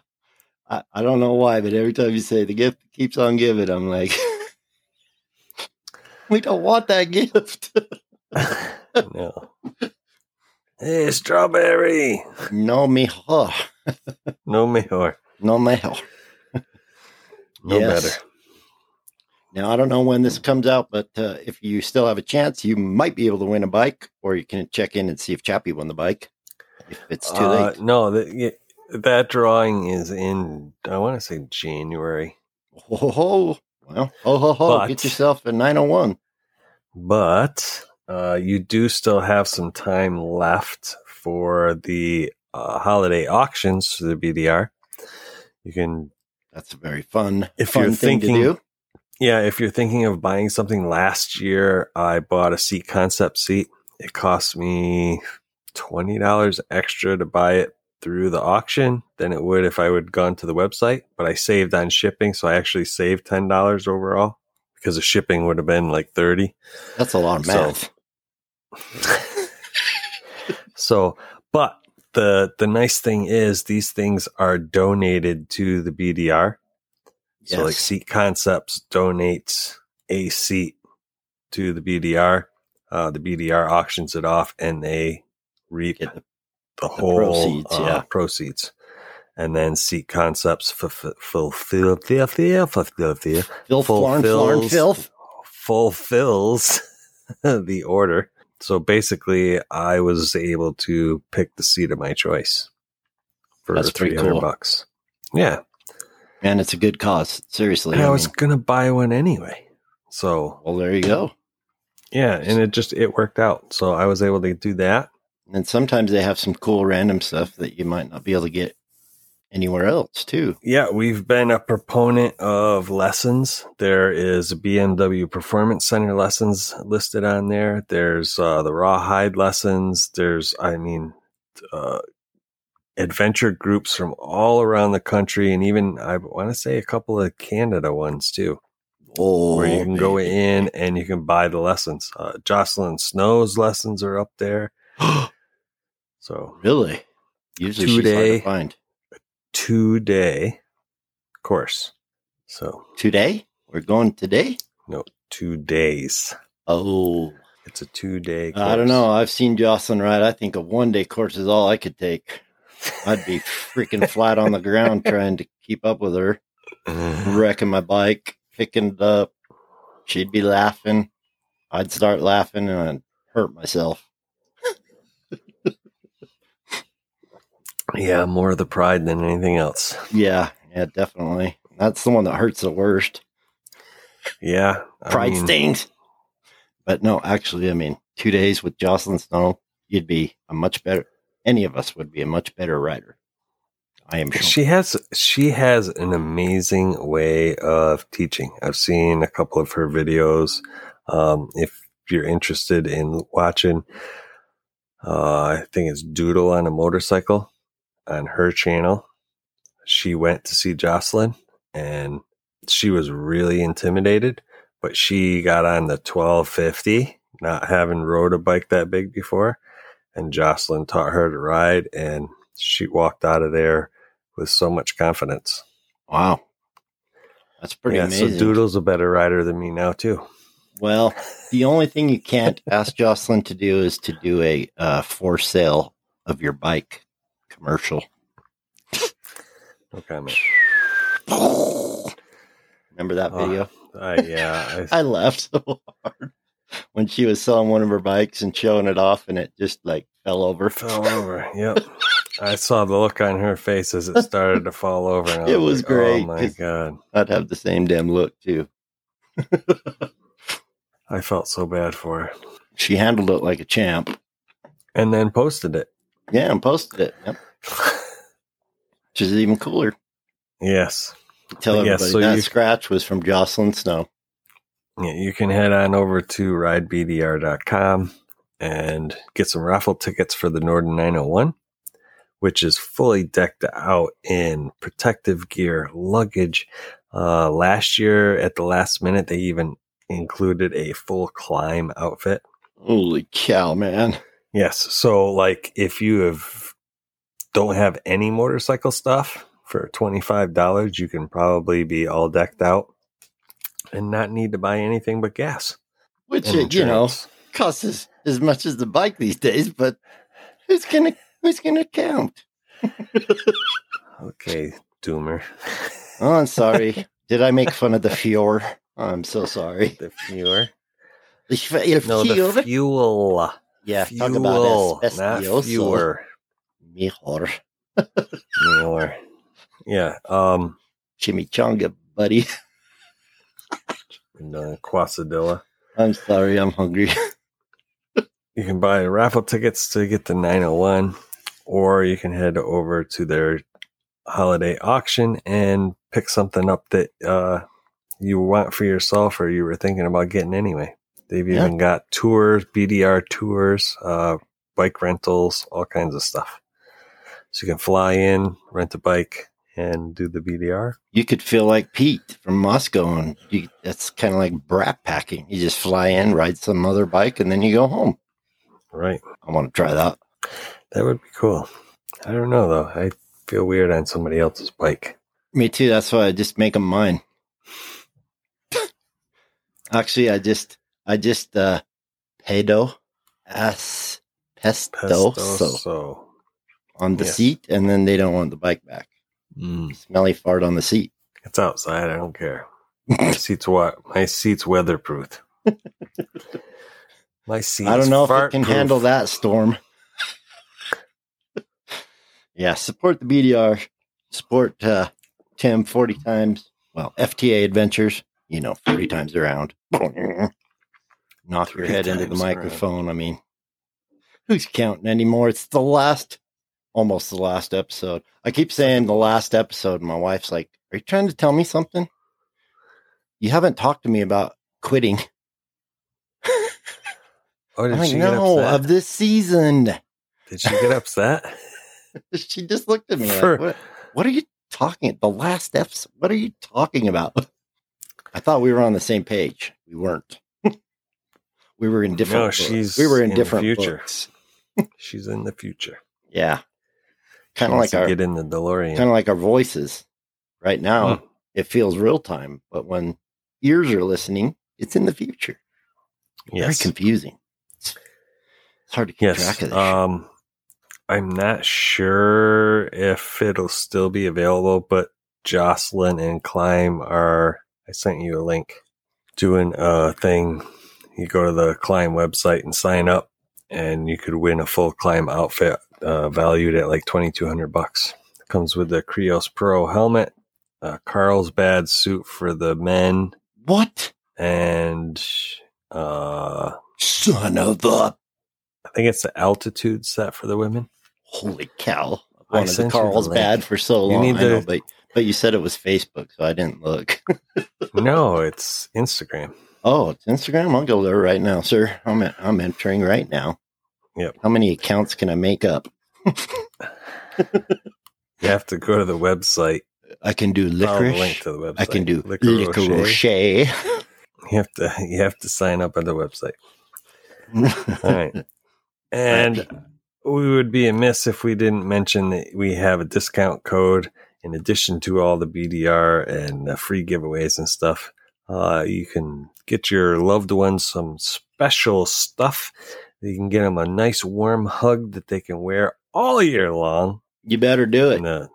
S1: I, I don't know why, but every time you say the gift that keeps on giving, I'm like, we don't want that gift.
S2: no. Hey, strawberry.
S1: no me, huh?
S2: No mejor.
S1: No me. huh.
S2: No
S1: Yes.
S2: better.
S1: Now, I don't know when this comes out, but uh, if you still have a chance, you might be able to win a bike, or you can check in and see if Chappie won the bike. If it's too
S2: Uh,
S1: late.
S2: No, that y- that drawing is in. I want to say January,
S1: Ho, ho, ho. Well, ho, ho, ho.
S2: But-
S1: Get yourself a 901.
S2: but uh, you do still have some time left for the uh, holiday auctions for the BDR. You can,
S1: That's a very fun,
S2: If
S1: fun
S2: you're
S1: thing
S2: thinking-
S1: to do.
S2: yeah, if you're thinking of buying something. Last year, I bought a seat concept seat. It cost me twenty dollars extra to buy it through the auction than it would if I would gone to the website. But I saved on shipping, so I actually saved ten dollars overall because the shipping would have been like thirty.
S1: That's a lot of
S2: So-
S1: math.
S2: so, but the the nice thing is these things are donated to the BDR. So, like
S1: Yes.
S2: Seat Concepts donates a seat to the BDR. Uh, the BDR auctions it off, and they reap
S1: Get
S2: the,
S1: the-
S2: whole
S1: proceeds,
S2: proceeds,
S1: yeah.
S2: proceeds. And then Seat Concepts fulfill fulfill fulfill fulfill
S1: Phil Florn, Florn,
S2: fulfills
S1: Filth.
S2: fulfills the order. So basically, I was able to pick the seat of my choice for
S1: That's pretty
S2: three hundred
S1: cool.
S2: bucks. Yeah,
S1: And it's a good cause. Seriously.
S2: and
S1: I
S2: I was
S1: mean,
S2: gonna buy one anyway. So
S1: well, there you go.
S2: yeah, and it just it worked out. So I was able to do that.
S1: And sometimes they have some cool random stuff that you might not be able to get anywhere else, too.
S2: Yeah, we've been a proponent of lessons. There is BMW Performance Center lessons listed on there. There's uh, the Rawhide lessons. There's, I mean, uh, adventure groups from all around the country, and even I want to say a couple of Canada ones too,
S1: Oh,
S2: where you can go
S1: baby.
S2: in and you can buy the lessons. Uh, Jocelyn Snow's lessons are up there. So
S1: really? Usually
S2: Two
S1: she's hard
S2: day.
S1: to find.
S2: two day course. So
S1: Today? We're going today?
S2: two days.
S1: Oh,
S2: It's a two day.
S1: I don't know. I've seen Jocelyn ride. I think a one day course is all I could take. I'd be freaking flat on the ground trying to keep up with her, wrecking my bike, picking it up. She'd be laughing. I'd start laughing and I'd hurt myself.
S2: yeah, more of the pride than anything else.
S1: Yeah, yeah, definitely. That's the one that hurts the worst.
S2: Yeah, I
S1: Pride
S2: mean,
S1: stings. But no, actually, I mean, two days with Jocelyn Snow, you'd be a much better. Any of us would be a much better rider. I am sure.
S2: She has she has an amazing way of teaching. I've seen a couple of her videos. Um, if you're interested in watching, uh, I think it's Doodle on a motorcycle on her channel. She went to see Jocelyn, and she was really intimidated, but she got on the 1250, not having rode a bike that big before, and Jocelyn taught her to ride, and she walked out of there with so much confidence.
S1: wow, that's pretty
S2: yeah,
S1: amazing.
S2: so Doodle's a better rider than me now too.
S1: Well, the only thing you can't ask Jocelyn to do is to do a uh, for sale of your bike commercial.
S2: No comment.
S1: Remember that
S2: Oh,
S1: video?
S2: I, yeah. I,
S1: I laughed so hard when she was selling one of her bikes and showing it off, and it just like fell over.
S2: fell over. Yep. I saw the look on her face as it started to fall over. and I
S1: It was
S2: Oh
S1: great,
S2: my
S1: 'cause-
S2: god!
S1: I'd have the same damn look too.
S2: I felt so bad for her,
S1: She handled it like a champ.
S2: and then posted it.
S1: Yeah, and posted it. Yep. Which is even cooler.
S2: yes.
S1: Tell
S2: Yes,
S1: everybody
S2: so
S1: that
S2: you-
S1: scratch was from Jocelyn Snow.
S2: Yeah, you can head on over to ridebdr.com and get some raffle tickets for the Norden 901, which is fully decked out in protective gear, luggage. Uh, last year, at the last minute, they even included a full climb outfit.
S1: Holy cow, man!
S2: Yes. So, like, if you have don't have any motorcycle stuff for twenty five dollars, you can probably be all decked out and not need to buy anything but gas.
S1: Which
S2: and
S1: it, you know
S2: insurance.
S1: costs as, as much as the bike these days, but who's gonna who's gonna count?
S2: Okay, Doomer.
S1: Oh, I'm sorry. Did I make fun of the Fior? I'm so sorry.
S2: the fuel.
S1: The Fior.
S2: No, the fuel.
S1: yeah,
S2: fuel,
S1: talk about
S2: not
S1: asbestos.
S2: fewer.
S1: Mejor.
S2: Mueller. Yeah. Um.
S1: Chimichanga, buddy.
S2: and, uh, Quasadilla.
S1: I'm sorry. I'm hungry.
S2: you can buy raffle tickets to get the 901 or you can head over to their holiday auction and pick something up that uh, you want for yourself or you were thinking about getting anyway they've
S1: Yeah.
S2: even got tours bdr tours uh, bike rentals all kinds of stuff so you can fly in rent a bike and do the bdr
S1: You could feel like Pete from Moscow, and you, that's kind of like brat packing. You just fly in, ride some other bike, and then you go home.
S2: right
S1: I want to try that.
S2: that would be cool i don't know though i feel weird on somebody else's bike
S1: Me too. That's why I just make them mine. Actually, I just, I just, uh, pedo as pesto, so
S2: Pestoso.
S1: on the
S2: Yes.
S1: seat, and then they don't want the bike back.
S2: Mm.
S1: Smelly fart on the seat.
S2: It's outside. I don't care. My seat's what? My seat's weatherproof. My seat.
S1: I don't know if it can handle that storm. yeah, support the BDR. Support uh, Tim 40 times. Well, FTA Adventures, you know, 40 times around. Knock your
S2: Three
S1: head into the
S2: times around.
S1: microphone. I mean, who's counting anymore? It's the last, almost the last episode. I keep saying the last episode. And my wife's like, Are you trying to tell me something? You haven't talked to me about quitting.
S2: Oh, did
S1: I'm like,
S2: she get
S1: no,
S2: upset?
S1: of this season.
S2: Did she get upset?
S1: She just looked at me
S2: For-
S1: like, what, what are you talking? The last episode, what are you talking about? I thought we were on the same page. We weren't. we were in different.
S2: No,
S1: books.
S2: she's
S1: we were in,
S2: in the
S1: different
S2: future.
S1: books.
S2: She's in the future.
S1: Yeah,
S2: She
S1: kind of
S2: wants
S1: like
S2: to
S1: our
S2: get in the DeLorean.
S1: kind of like our voices. Right now, it feels real time, but when ears are listening, it's in the future. Very
S2: yes.
S1: confusing. It's, it's hard to keep track
S2: Yes.
S1: of this.
S2: Um, I'm not sure if it'll still be available, but Jocelyn and Climb are. I sent you a link. Doing a thing. You go to the Climb website and sign up, and you could win a full Climb outfit uh, valued at like twenty two hundred bucks. Comes with the Krios Pro helmet, a Carlsbad suit for the men,
S1: what
S2: and uh,
S1: son of a
S2: I think it's the altitude set for the women.
S1: holy cow?
S2: I
S1: One of the
S2: sent you the
S1: Carl's
S2: link.
S1: bad for so
S2: You
S1: long.
S2: need
S1: I know,
S2: to-
S1: but but you said it was Facebook, so I didn't look.
S2: no, it's Instagram.
S1: oh, it's Instagram. I'll go there right now, sir. I'm en- I'm entering right now.
S2: Yep.
S1: How many accounts can I make up?
S2: You have to go to the website.
S1: I can do
S2: Follow the link
S1: licorice.
S2: to the website.
S1: I can do
S2: Liquor
S1: licorice.
S2: Rocher. You have to you have to sign up on the website. All right. And we would be amiss if we didn't mention that we have a discount code in addition to all the BDR and the free giveaways and stuff. Uh, you can get your loved ones some special stuff. You can get them a nice warm hug that they can wear all year long
S1: You better do it.
S2: in a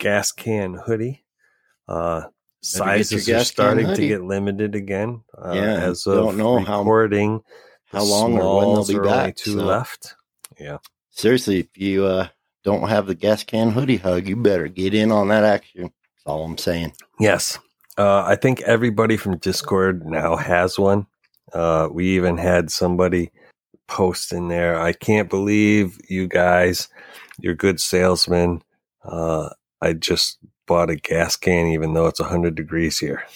S2: gas can hoodie. Uh, sizes
S1: your
S2: are
S1: gas can
S2: starting to
S1: hoodie.
S2: get limited again. Uh,
S1: Yeah,
S2: as of
S1: don't know how-
S2: recording, the
S1: How long or when they'll
S2: smalls
S1: be
S2: are only
S1: back?
S2: Two
S1: so-
S2: left. Yeah.
S1: Seriously, if you uh, don't have the gas can hoodie hug, you better get in on that action. That's all I'm saying.
S2: Yes. Uh, I think everybody from Discord now has one. Uh, we even had somebody post in there. I can't believe you guys, you're good salesmen. Uh, I just bought a gas can, even though it's 100 degrees here.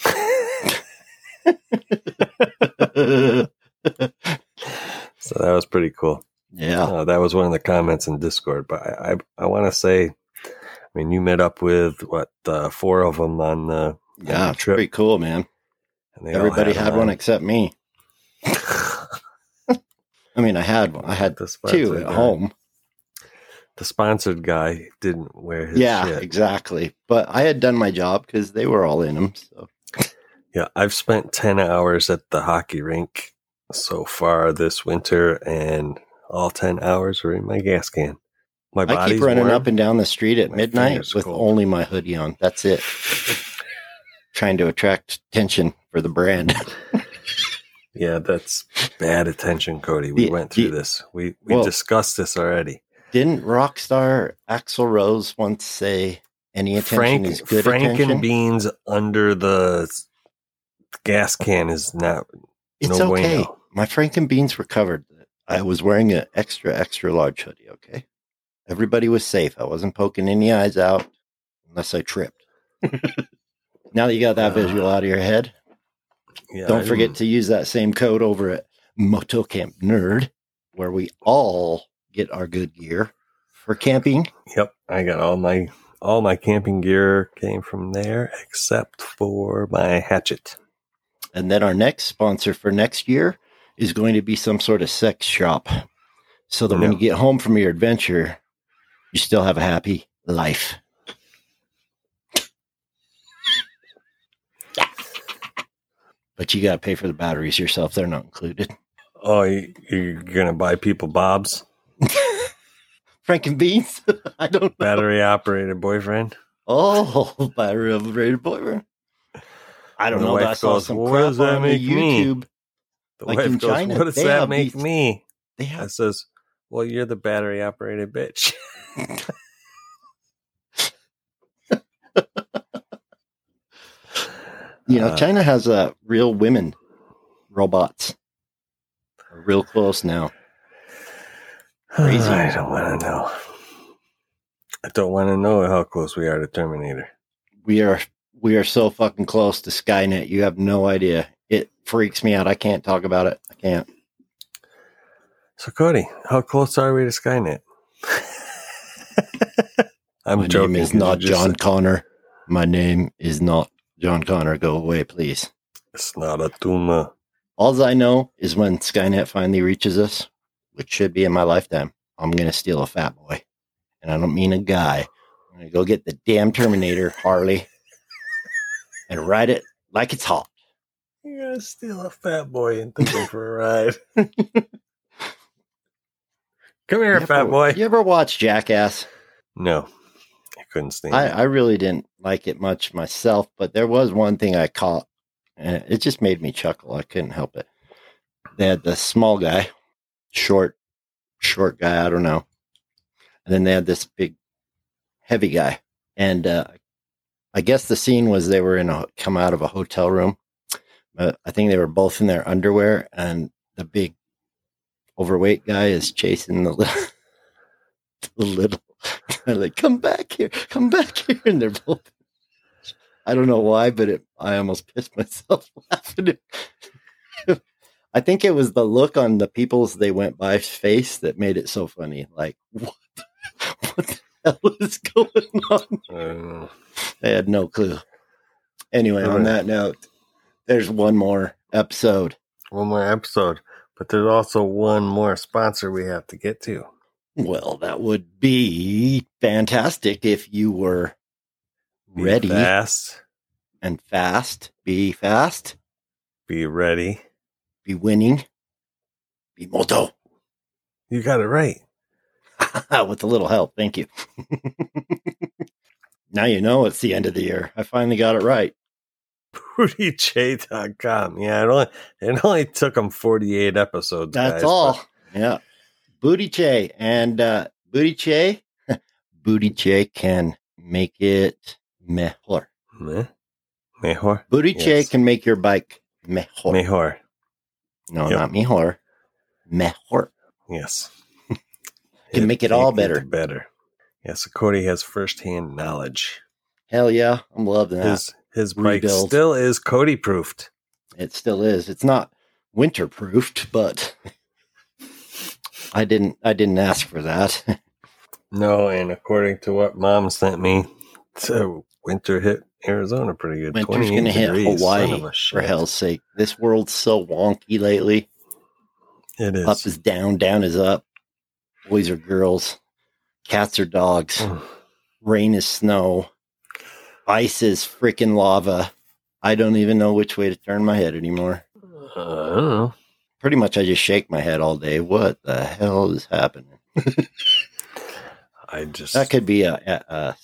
S2: so that was pretty cool.
S1: yeah.
S2: Uh, that was one of the comments in Discord. But I, I, I want to say, I mean, you met up with what, uh, four of them on the.
S1: Yeah.
S2: trip.
S1: Pretty cool, man.
S2: and they all
S1: Everybody had
S2: on.
S1: one except me. I mean, I had one. I had
S2: The sponsored
S1: two at
S2: guy-
S1: home.
S2: The sponsored guy didn't wear his
S1: yeah,
S2: shit.
S1: exactly. But I had done my job because they were all in them. So
S2: Yeah, I've spent 10 hours at the hockey rink so far this winter, and all 10 hours are in my gas can. My
S1: I
S2: body's
S1: keep running
S2: warm.
S1: up and down the street at
S2: My
S1: midnight
S2: fingers
S1: with
S2: cold.
S1: only my hoodie on. That's it. Trying to attract attention for the brand.
S2: Yeah, that's bad attention, Cody. We
S1: Yeah,
S2: went through
S1: yeah.
S2: this. We we
S1: Well-
S2: discussed this already.
S1: Didn't rock star Axl Rose once say any attention
S2: Frank
S1: is good
S2: Frank
S1: attention?
S2: and beans under the gas can is not
S1: it's
S2: no
S1: okay.
S2: bueno.
S1: My Frank and beans were covered. I was wearing an extra extra large hoodie. Okay, everybody was safe. I wasn't poking any eyes out unless I tripped. now that you got that visual out of your head,
S2: Ah. Yeah, I
S1: don't
S2: didn't-
S1: forget to use that same code over at Motocamp Nerd, where we all get our good gear for camping.
S2: Yep, I got all my all my camping gear came from there except for my hatchet.
S1: And then our next sponsor for next year is going to be some sort of sex shop. So that when
S2: Yeah.
S1: you get home from your adventure, you still have a happy life. But you got to pay for the batteries yourself. They're not included.
S2: Oh, you, you're gonna buy people Bob's
S1: Frank and Beans? I don't know.
S2: battery operated boyfriend?
S1: Oh, battery operated boiler. I don't
S2: The
S1: know.
S2: wife
S1: but I saw
S2: goes,
S1: some
S2: "What
S1: crap
S2: does that
S1: on the
S2: make me?"
S1: YouTube.
S2: The
S1: Like in
S2: wife goes,
S1: China,
S2: "What does
S1: they
S2: that
S1: have
S2: make
S1: these-
S2: me?"
S1: They
S2: I
S1: have
S2: says, "Well, you're the battery operated bitch."
S1: You know,
S2: Uh,
S1: China has uh, real women robots. We're Real close now. Crazy.
S2: I don't want to know. I don't want to know how close we are to Terminator.
S1: We are we are so fucking close to Skynet. You have no idea. It freaks me out. I can't talk about it. I can't.
S2: So, Cody, how close are we to Skynet? I'm
S1: My
S2: joking.
S1: name is
S2: 'cause you
S1: not
S2: just
S1: John Connor. My name is not John Connor. Go away, please.
S2: It's not a tumor.
S1: All I know is when Skynet finally reaches us, which should be in my lifetime, I'm gonna steal a fat boy. And I don't mean a guy. I'm gonna go get the damn Terminator Harley and ride it like it's hot.
S2: You're gonna steal a fat boy and take him for a ride. Come here,
S1: You
S2: fat
S1: ever-
S2: boy.
S1: You ever watch Jackass?
S2: No, I couldn't stand
S1: I,
S2: it.
S1: I really didn't like it much myself, but there was one thing I caught, and it just made me chuckle. I couldn't help it. They had the small guy, short, short guy. I don't know, and then they had this big, heavy guy. And uh, I guess the scene was they were in a come out of a hotel room. But I think they were both in their underwear, and the big, overweight guy is chasing the little, the little they're like, come back here, come back here. And they're both, I don't know why, but it, I almost pissed myself laughing. I think it was the look on the people's they went by's face that made it so funny. Like, what, what the hell is going on?
S2: I don't know.
S1: They had no clue. Anyway,
S2: Alright.
S1: on that note, there's one more episode.
S2: One more episode, but there's also one more sponsor we have to get to.
S1: Well, that would be fantastic if you were
S2: Be
S1: ready
S2: fast.
S1: and fast. Be fast.
S2: Be ready.
S1: be winning, be moto.
S2: You got it right.
S1: With a little help. Thank you. now you know it's the end of the year. I finally got it right.
S2: BootyJ.com. Yeah, it only, it only took them 48 episodes.
S1: That's
S2: guys,
S1: all.
S2: but
S1: Yeah. Booty Che and uh, Booty Che, Booty Che can make it mejor.
S2: Meh. Mejor.
S1: Booty Che
S2: Yes.
S1: can make your bike mejor.
S2: Mejor.
S1: No,
S2: Yep.
S1: not mejor. Mejor.
S2: Yes.
S1: Can make it all
S2: can
S1: better.
S2: it Better. Yes, Cody has firsthand knowledge.
S1: Hell yeah. I'm loving that.
S2: His his bike
S1: Rebuild.
S2: still is Cody proofed.
S1: It still is. It's not winter proofed, but I didn't I didn't ask for that.
S2: No, and according to what mom sent me, so winter hit Arizona pretty good.
S1: Winter's
S2: 28
S1: gonna hit
S2: degrees, son
S1: Hawaii,
S2: of a
S1: for
S2: shit.
S1: hell's sake. This world's so wonky lately.
S2: It
S1: Up
S2: is.
S1: is down, down is up. Boys are girls, cats are dogs,
S2: Mm. Hmm.
S1: rain is snow, ice is freaking lava. I don't even know which way to turn my head anymore.
S2: Uh, I don't know.
S1: Pretty much I just shake my head all day. What the hell is happening?
S2: I just
S1: That could be a, a, a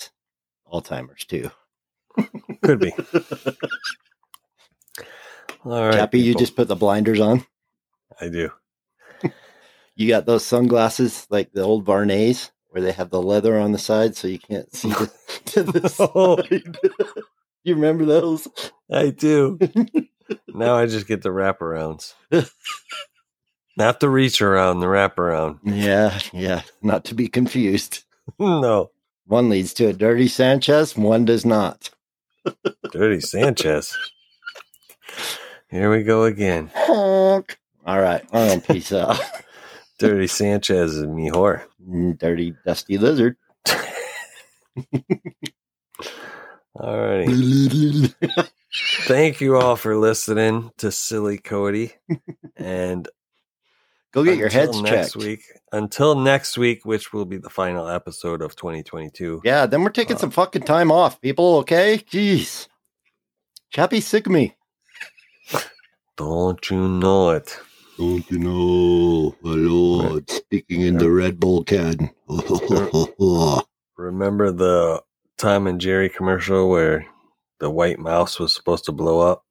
S1: Alzheimer's too.
S2: could be. All right,
S1: Cappy, you
S2: people.
S1: just put the blinders on.
S2: I do.
S1: You got those sunglasses like the old Barney's where they have the leather on the side so you can't see the, to the
S2: Oh.
S1: side. you remember those?
S2: I do. now I just get the wraparounds. Not the reach around, the wraparound.
S1: Yeah, yeah. Not to be confused.
S2: no.
S1: One leads to a dirty Sanchez, one does not.
S2: Dirty Sanchez. Here we go again.
S1: Honk. All right, I'm gonna peace out.
S2: Dirty Sanchez and me whore.
S1: Mm, Dirty, dusty lizard.
S2: Alrighty. Thank you all for listening to Silly Cody. And
S1: Go get your
S2: until
S1: heads
S2: next
S1: checked.
S2: week. Until next week, which will be the final episode of 2022.
S1: Yeah, then we're
S2: Oh.
S1: taking some fucking time off, people. Okay, jeez. Chappie's sick of me.
S2: Don't you know it?
S1: Don't you know, my lord, sticking in the Red Bull can.
S2: Remember the Tom and Jerry commercial where the white mouse was supposed to blow up?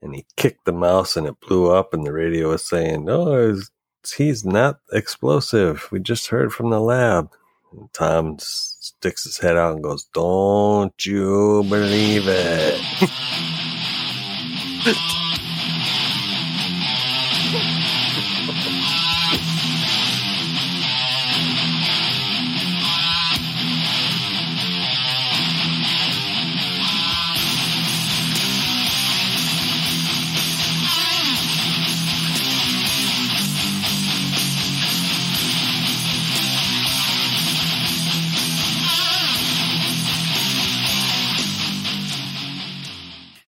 S2: And he kicked the mouse and it blew up, and the radio was saying, No, he's- he's not explosive. We just heard from the lab. And Tom s- sticks his head out and goes, Don't you believe it?